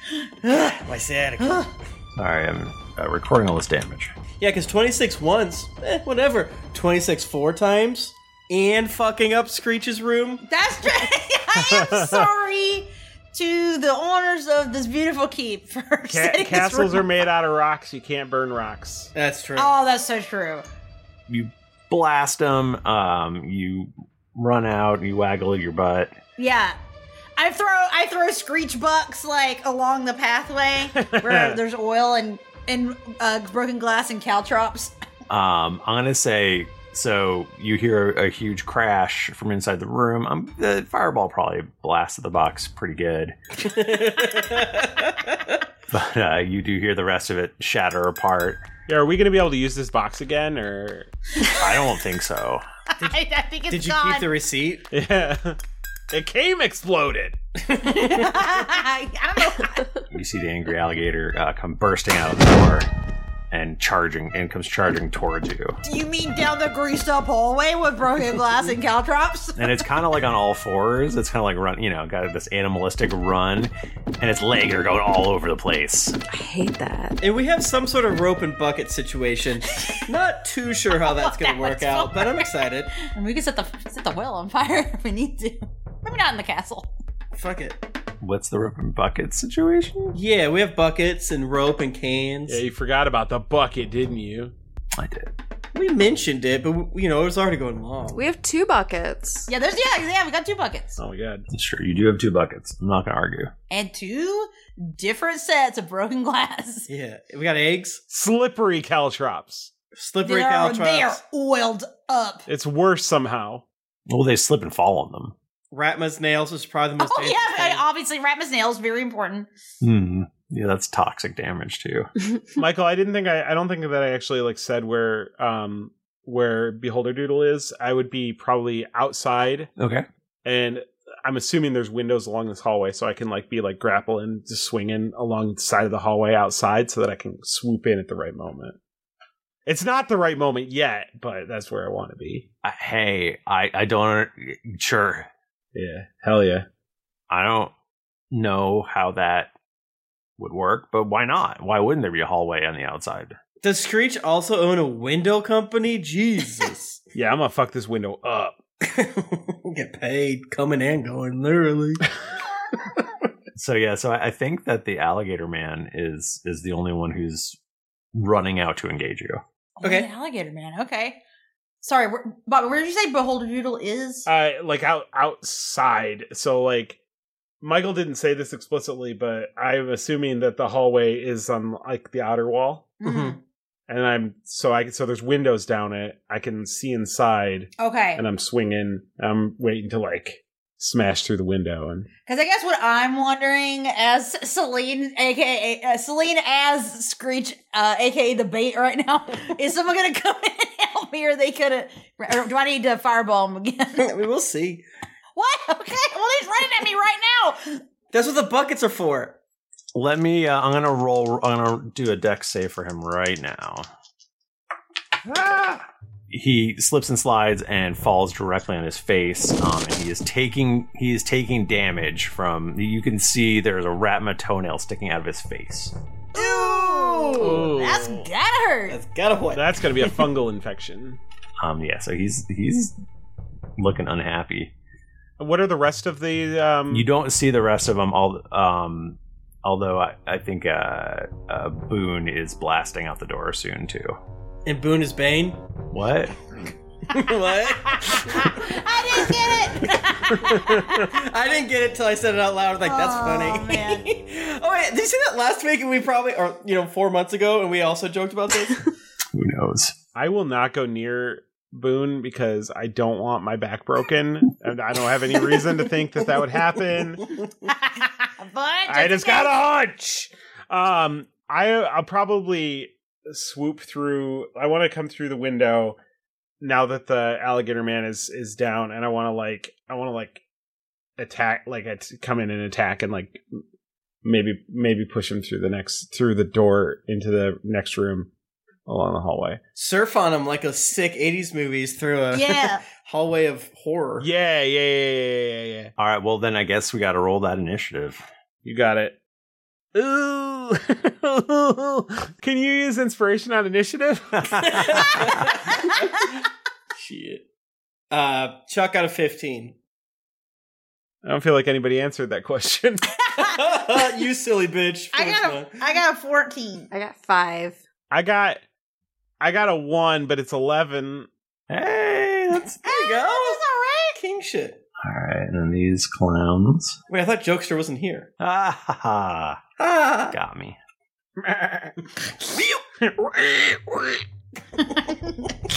S4: [laughs] my sciatica.
S1: Sorry, I'm uh, recording all this damage.
S4: Yeah, because 26 once, eh, whatever. 26 four times, and fucking up Screech's room.
S2: [laughs]
S3: That's true. I
S4: [laughs]
S3: am sorry to the owners of this beautiful keep for [laughs]
S2: Ca-
S3: setting this
S2: castles
S3: room.
S2: are made out of rocks. You can't burn rocks.
S4: That's true.
S3: Oh, that's so true.
S1: You blast them. Um, you run out. You waggle your butt.
S3: Yeah. I throw I throw screech bucks like along the pathway
S2: [laughs]
S3: where there's oil and and uh, broken glass and caltrops. [laughs]
S1: Um, I'm gonna say so. You hear a huge crash from inside the room. Um, the fireball probably blasted the box pretty good, [laughs] but uh, you do hear the rest of it shatter apart.
S2: Yeah, are we gonna be able to use this box
S3: [laughs]
S2: again, or?
S1: I don't think so.
S3: I, [laughs] I think it's
S2: Did you
S3: gone.
S2: keep the
S4: receipt?
S2: Yeah. It came exploded.
S3: I don't know.
S1: [laughs] You see the angry alligator uh, come bursting out of the door and charging, and comes charging towards you.
S3: Do you mean down the greased up hallway with broken glass
S2: [laughs]
S3: and caltrops?
S1: and it's kind of like on all fours. It's kind of like run, you know, got this animalistic run, and its legs are going all over the place.
S4: I
S5: hate that.
S4: And we have some sort of rope and
S3: [laughs]
S4: bucket situation. Not too sure how that's going to work out, but I'm excited.
S3: And we can set the set the whale on fire [laughs] if we need to. Maybe not in the castle.
S4: Fuck it.
S1: What's the rope and bucket situation?
S4: Yeah, we have buckets and rope and cans. Yeah,
S2: you forgot about the bucket, didn't you?
S1: I did.
S4: We mentioned it, but we, you know it was already going long.
S5: We have two buckets.
S3: Yeah, there's yeah, yeah, we got two buckets.
S2: Oh my god.
S1: Sure, you do have two buckets. I'm not gonna argue.
S3: And two different sets of broken glass.
S4: Yeah, we got eggs,
S2: slippery caltrops,
S4: slippery
S3: They're- They're oiled up.
S2: It's worse somehow.
S1: Well, they slip and fall on them.
S4: Ratma's nails is probably the most.
S3: Oh yeah, I- obviously Ratma's nails very important.
S1: Hmm. Yeah, that's toxic damage too.
S2: Michael, I didn't think I, I don't think that I actually like said where um where Beholder Doodle is. I would be probably outside.
S1: Okay.
S2: And I'm assuming there's windows along this hallway, so I can like be like grappling, just swinging along the side of the hallway outside, so that I can swoop in at the right moment. It's not the right moment yet, but that's where I want to be.
S1: I, hey, I I don't sure.
S2: Yeah, hell yeah.
S1: I don't know how that would work, but why not? Why wouldn't there be a hallway on the outside?
S4: Does Screech also own a window
S3: [laughs]
S4: company? Jesus.
S2: yeah, I'm gonna fuck this window up.
S4: Get paid coming and going,
S2: [laughs]
S4: literally.
S1: So yeah, so I, I think that the alligator man is is the only one who's running out to engage you.
S3: Okay. alligator man. Okay. Sorry, where, Bob. Where did you say Beholder Doodle is?
S2: uh like out outside so like michael didn't say this explicitly but i'm assuming that the hallway is on like the outer wall
S4: Mm-hmm.
S3: Mhm.
S2: and i'm so i so there's windows down it i can see inside
S3: Okay.
S2: and i'm swinging i'm waiting to like smash through the window and
S3: Because I guess what I'm wondering, as Celine, aka uh, Celine, as Screech, uh, aka the bait right
S5: [laughs]
S3: now, is someone gonna come in and help me, or they gonna? Or do I need to fireball him again? [laughs]
S4: [laughs] we will see.
S3: What? Okay. Well, he's running at me right now.
S4: That's what the buckets are for.
S1: Let me. Uh, I'm gonna roll. I'm gonna do a deck save for him right now. Ah! He slips and slides and falls directly on his face, um, and he is taking he is taking damage from. You can see there's a ratma toenail sticking out of his face.
S3: Ooh, that's gotta hurt.
S4: gotta what
S2: that's gonna be a fungal infection
S1: Um, yeah, so he's he's looking unhappy.
S2: what are the rest of the um
S1: You don't see the rest of them. All um, although I, I think uh, uh, Boone is blasting out the door soon too.
S4: And Boone is [laughs] Bane.
S1: What?
S4: what?
S3: I didn't get
S4: it. I didn't get it till I said it out loud. I was like, that's funny. [laughs] oh wait, did you see that last week? And we probably, or you know, four months ago, and we also joked about [laughs] this.
S1: Who knows?
S2: I will not go near Boone because I don't want my back broken, and I don't have any reason to think that that would happen. I just got a hunch. Um, I I'll probably swoop through. I want to come through the window now that the alligator man is is down, and I want to like I want to like attack, like at- come in and attack, and like m- maybe maybe push him through the next through the door into the next room along the hallway.
S4: Surf on him like a sick '80s movies through a
S3: Yeah.
S4: [laughs] hallway of horror.
S2: Yeah, yeah, yeah, yeah, yeah.
S1: All right, well then I guess we got to roll that initiative.
S2: You got it. Ooh. [laughs] Can you use inspiration on
S4: [laughs]
S2: initiative?
S4: Shit. Uh, Chuck got a [laughs] 15.
S2: I don't feel like anybody answered that question.
S4: [laughs] you silly bitch.
S3: I got a, I got a 14.
S5: I got five.
S2: I got I got a one, but it's eleven.
S1: Hey, that's
S4: there you go. That's Ah, all right.
S3: [laughs]
S4: King shit.
S1: All right, and these clowns.
S4: Wait, I thought Jokester wasn't here.
S1: Ah [laughs] ha ha.
S4: Ah.
S1: Got me.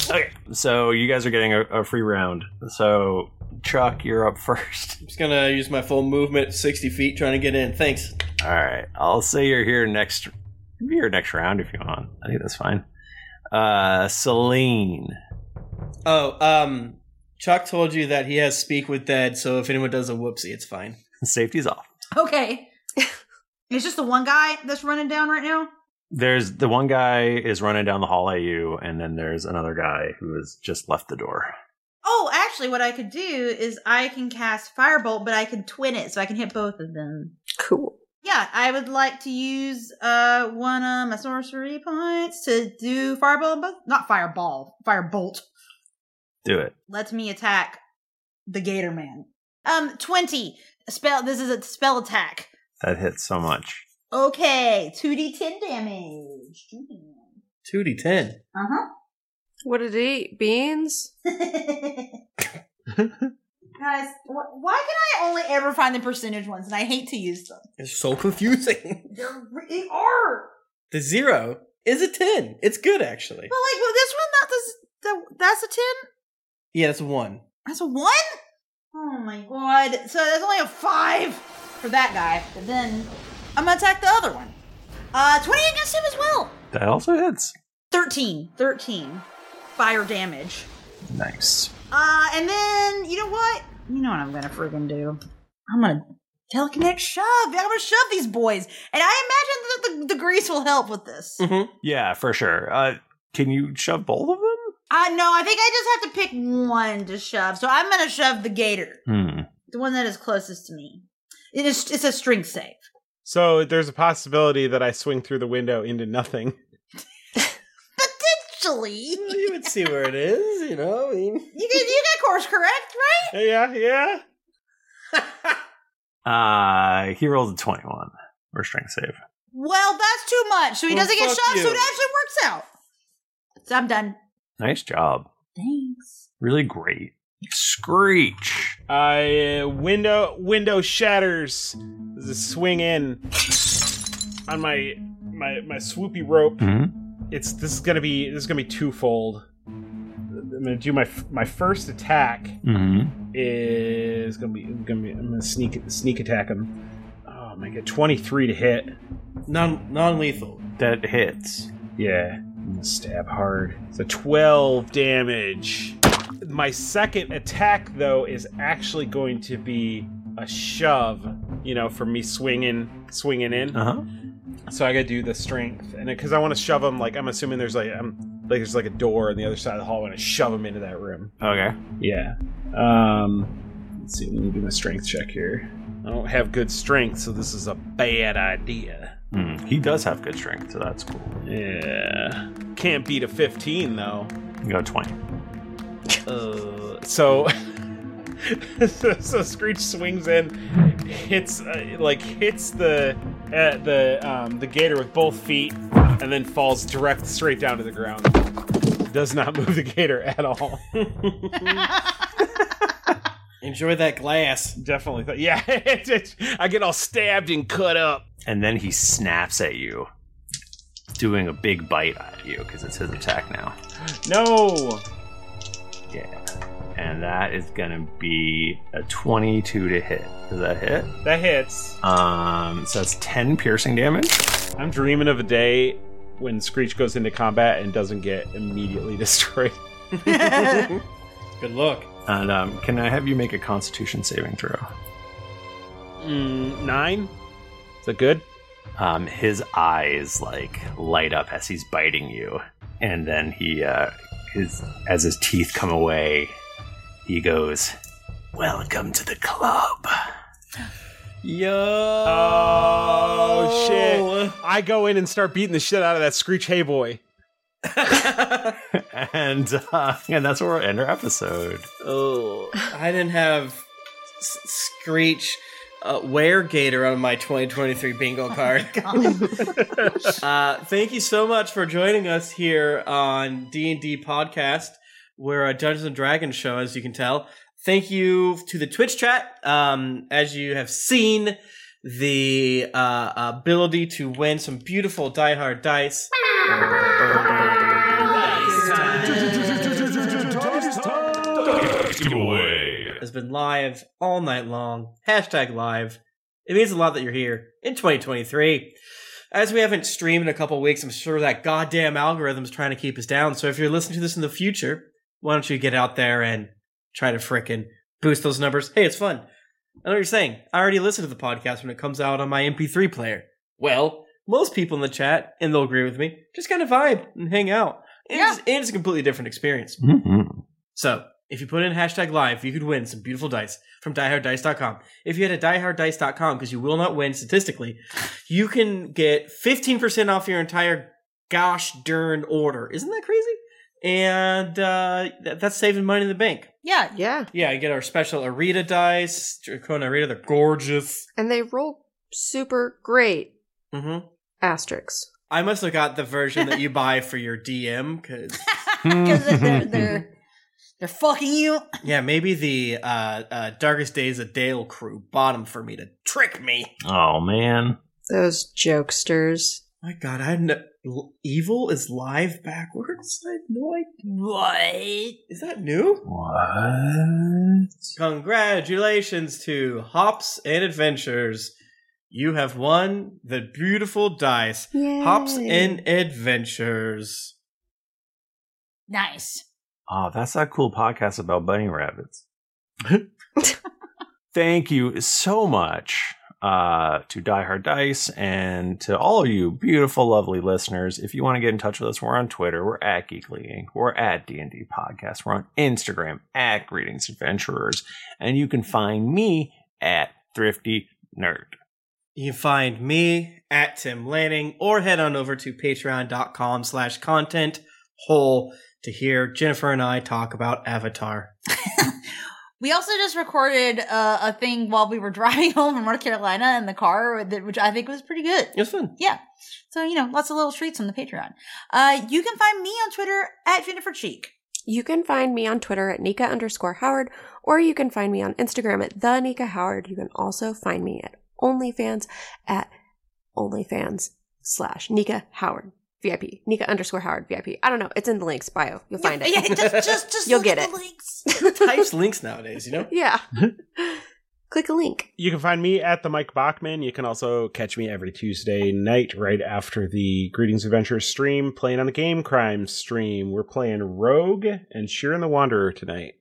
S1: okay, so you guys are getting a, a free round. So Chuck, you're up [laughs] first.
S4: I'm just gonna use my full movement, 60 feet, trying to get in. Thanks.
S1: All right, I'll say you're here next. You're here next round if you want. I think that's fine. Uh, Celine.
S4: Oh, um, Chuck told you that he has speak with dead, so if anyone does a whoopsie, it's fine.
S1: Safety's off.
S5: [laughs]
S3: Okay. it's just the one guy that's running down right now?
S1: There's the one guy is running down the hall at you, and then there's another guy who has just left the door.
S3: Oh, actually, what I could do is I can cast Firebolt, but I can twin it, so I can hit both of them.
S5: Cool.
S3: Yeah, I would like to use uh one of my sorcery points to do Fireball. on both- Not Fireball, Firebolt.
S1: Do it.
S3: Lets me attack the Gator Man. Um, 20. A Spell. This is a spell attack.
S1: That hits so much.
S3: Okay, 2d10 damage.
S4: Two d ten.
S3: Uh huh.
S5: What did he
S3: [laughs]
S5: eat? Beans?
S3: Guys, wh- why can I only ever find the percentage ones, and I hate to use them?
S4: It's so confusing. [laughs]
S3: They're re- they are.
S4: The zero is a ten. It's good actually.
S3: But like well, this one, that does the that's a ten.
S4: Yeah, it's a one.
S3: That's a one. Oh my god! So that's only a five for that guy. But then I'm gonna attack the other one. Uh, twenty against him as well.
S1: That also hits.
S3: 13. 13. Fire damage.
S1: Nice.
S3: Uh, and then you know what? You know what I'm gonna friggin' do? I'm gonna teleconnect shove. I'm gonna shove these boys, and I imagine that the, the grease will help with this.
S1: Mm-hmm. Yeah, for sure. Uh, can you shove both of them?
S3: Uh, no, I think I just have to pick one to shove. So I'm gonna shove the gator,
S1: Hmm.
S3: the one that is closest to me. It is. It's a strength save.
S2: So there's a possibility that I swing through the window into nothing.
S3: Actually,
S4: you would see where it is. You know, I
S3: [laughs]
S4: mean,
S3: you get you get course correct, right?
S2: Yeah, yeah.
S1: Uh, he rolled a 21 or strength save.
S3: Well, that's too much. So he
S1: Well,
S3: doesn't get
S1: fuck
S3: shoved. So
S1: you.
S3: it actually works out. So I'm done.
S1: Nice job.
S3: Thanks.
S1: Really great. Screech.
S2: I uh, window window shatters. There's a swing in on my my my swoopy rope.
S1: Hmm?
S2: It's this is gonna be this is gonna be twofold. I'm gonna do my f- my first attack
S1: Mm-hmm.
S2: is gonna be gonna be I'm gonna sneak sneak attack him. Oh my god, 23 to hit.
S4: Non non lethal.
S1: That hits.
S2: Yeah. I'm gonna stab hard. So 12 damage. My second attack, though, is actually going to be a shove, you know, from me swinging, swinging in.
S1: Uh-huh.
S2: So I gotta do the strength, and because I want to shove him, like I'm assuming there's like I'm like there's like a door on the other side of the hall, and I shove him into that room.
S1: Okay.
S2: Yeah. Um, let's see. Let me do my strength check here. I don't have good strength, so this is a bad idea.
S1: Hmm. He does have good strength, so that's cool.
S2: Yeah. Can't beat a 15 though.
S1: You got a 20.
S2: Uh, so, [laughs] so, so Screech swings in, hits uh, like hits the uh, the um, the gator with both feet, and then falls direct straight down to the ground. Does not move the gator at all.
S4: [laughs] Enjoy that glass.
S2: Definitely. Th- yeah, [laughs] it's- it's- I get all stabbed and cut up.
S1: And then he snaps at you, doing a big bite at you because it's his attack now.
S2: No.
S1: Yeah. And and that is gonna be a 22 to hit. Does that hit?
S2: That hits.
S1: Um, so that's 10 piercing damage.
S2: I'm dreaming of a day when Screech goes into combat and doesn't get immediately [laughs] destroyed.
S4: [laughs] Good luck.
S1: And um, can I have you make a Constitution saving throw?
S2: Mm, nine. Is that good?
S1: Um, his eyes like light up as he's biting you, and then he uh, his as his teeth come away, he goes, [laughs] "Welcome to the club."
S4: Yo.
S2: Oh shit! I go in and start beating the shit out of that Screech Hey boy.
S1: and uh, and that's where we'll end our episode.
S4: Oh, I didn't have S- Screech uh, Wear Gator on my 2023 bingo card. [laughs] uh, thank you so much for joining us here on D and D podcast. We're a Dungeons and Dragons show, as you can tell. Thank you to the Twitch chat. Um, as you have seen, the uh, ability to win some beautiful Die Hard dice. has been live all night long. Hashtag live. It means a lot that you're here in 2023. As we haven't streamed in a couple weeks, I'm sure that goddamn algorithm's trying to keep us down. So if you're listening to this in the future, why don't you get out there and try to frickin' boost those numbers? Hey, it's fun. I know what you're saying. I already listen to the podcast when it comes out on my MP3 player. Well, most people in the chat, and they'll agree with me, just kind of vibe and hang out. And, it's, and it's a completely different experience.
S1: Mm-hmm.
S4: So if you put in hashtag live, you could win some beautiful dice from dieharddice.com. If you head to dieharddice.com, because you will not win statistically, you can get 15% off your entire gosh darn order. Isn't that crazy? And uh, that, that's saving money in the bank.
S3: Yeah.
S5: Yeah.
S4: Yeah, you get our special Arita dice, Dracona Arita. They're gorgeous.
S5: And they roll super great.
S4: Mm-hmm.
S5: Asterisks.
S4: I must have got the version that you buy for your DM because
S3: they're, they're they're fucking you.
S4: yeah, maybe the uh, uh, Darkest Days of Dale crew bought 'em for me to trick me.
S1: Oh man,
S5: Those jokesters.
S4: My God, I kn- evil is live backwards. I had no idea. What is that new?
S1: What?
S4: Congratulations to Hops and Adventures. You have won the beautiful dice. Hops
S3: Yay.
S4: and Adventures.
S3: Nice.
S1: Oh, that's that cool podcast about bunny rabbits. Thank you so much uh, to Die Hard Dice and to all of you beautiful, lovely listeners. If you want to get in touch with us, we're on Twitter. We're at Geekly Inc. We're at D&D Podcast. We're on Instagram at Greetings Adventurers. And you can find me at Thrifty Nerd.
S4: You can find me at Tim Lanning or head on over to patreon.com slash content whole to hear Jennifer and I talk about Avatar.
S3: We also just recorded uh, a thing while we were [laughs] driving home from North Carolina in the car, that- which I think was pretty good.
S4: It was fun.
S3: Yeah. So, you know, lots of little treats on the Patreon. Uh, you can find me on Twitter at Jennifer Cheek.
S5: You can find me on Twitter at Nika underscore Howard, or you can find me on Instagram at the Nika Howard. You can also find me at OnlyFans at OnlyFans slash Nika Howard VIP. Nika underscore Howard VIP. I don't know. It's in the links bio. You'll find it.
S3: yeah, just-
S5: [laughs]
S3: just- just
S5: You'll
S3: look
S5: get
S3: at
S5: it.
S3: the
S5: [laughs]
S4: Types links nowadays, you know?
S5: Yeah. Click a link.
S2: You can find me at the Mike Bachman. You can also catch me every Tuesday night right after the Greetings Adventure stream, playing on the Game Crime stream. We're playing Rogue and Sheeran the Wanderer tonight.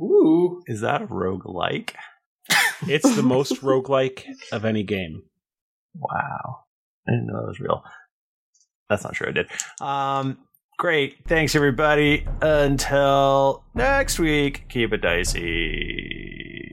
S4: Ooh.
S1: Is that a roguelike?
S2: It's
S1: [laughs]
S2: the most roguelike of any game.
S1: Wow. I didn't know that was real. That's not true. I did. Um, great. Thanks, everybody. Until next week, keep it dicey.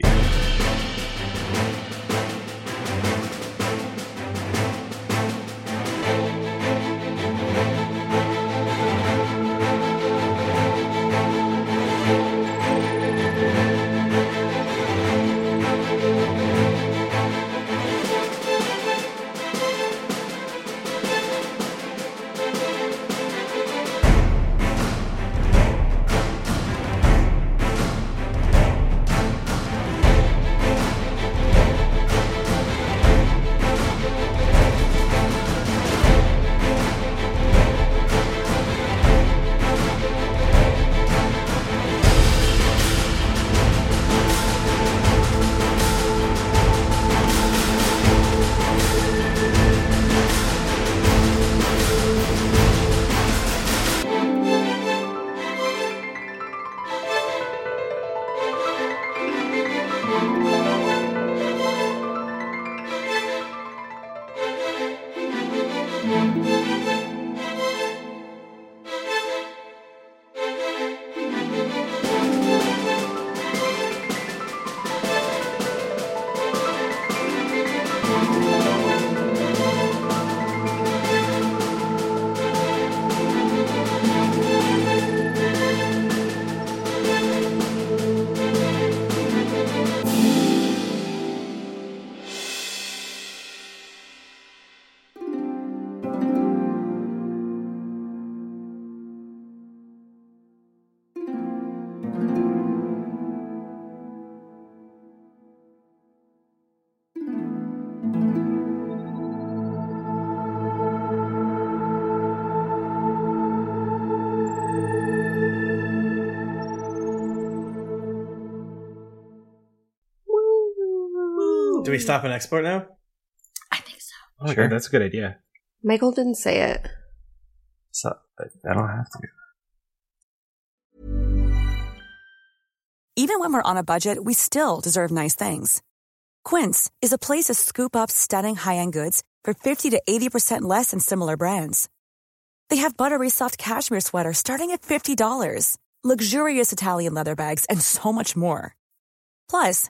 S13: Thank
S4: Do we stop and export now?
S2: Oh my god, that's a good idea.
S5: Michael didn't say it.
S1: So I don't have to.
S14: Even when we're on a budget, we still deserve nice things. Quince is a place to scoop up stunning high-end goods for 50 to 80% less than similar brands. They have buttery soft cashmere sweaters starting at $50, luxurious Italian leather bags, and so much more. Plus,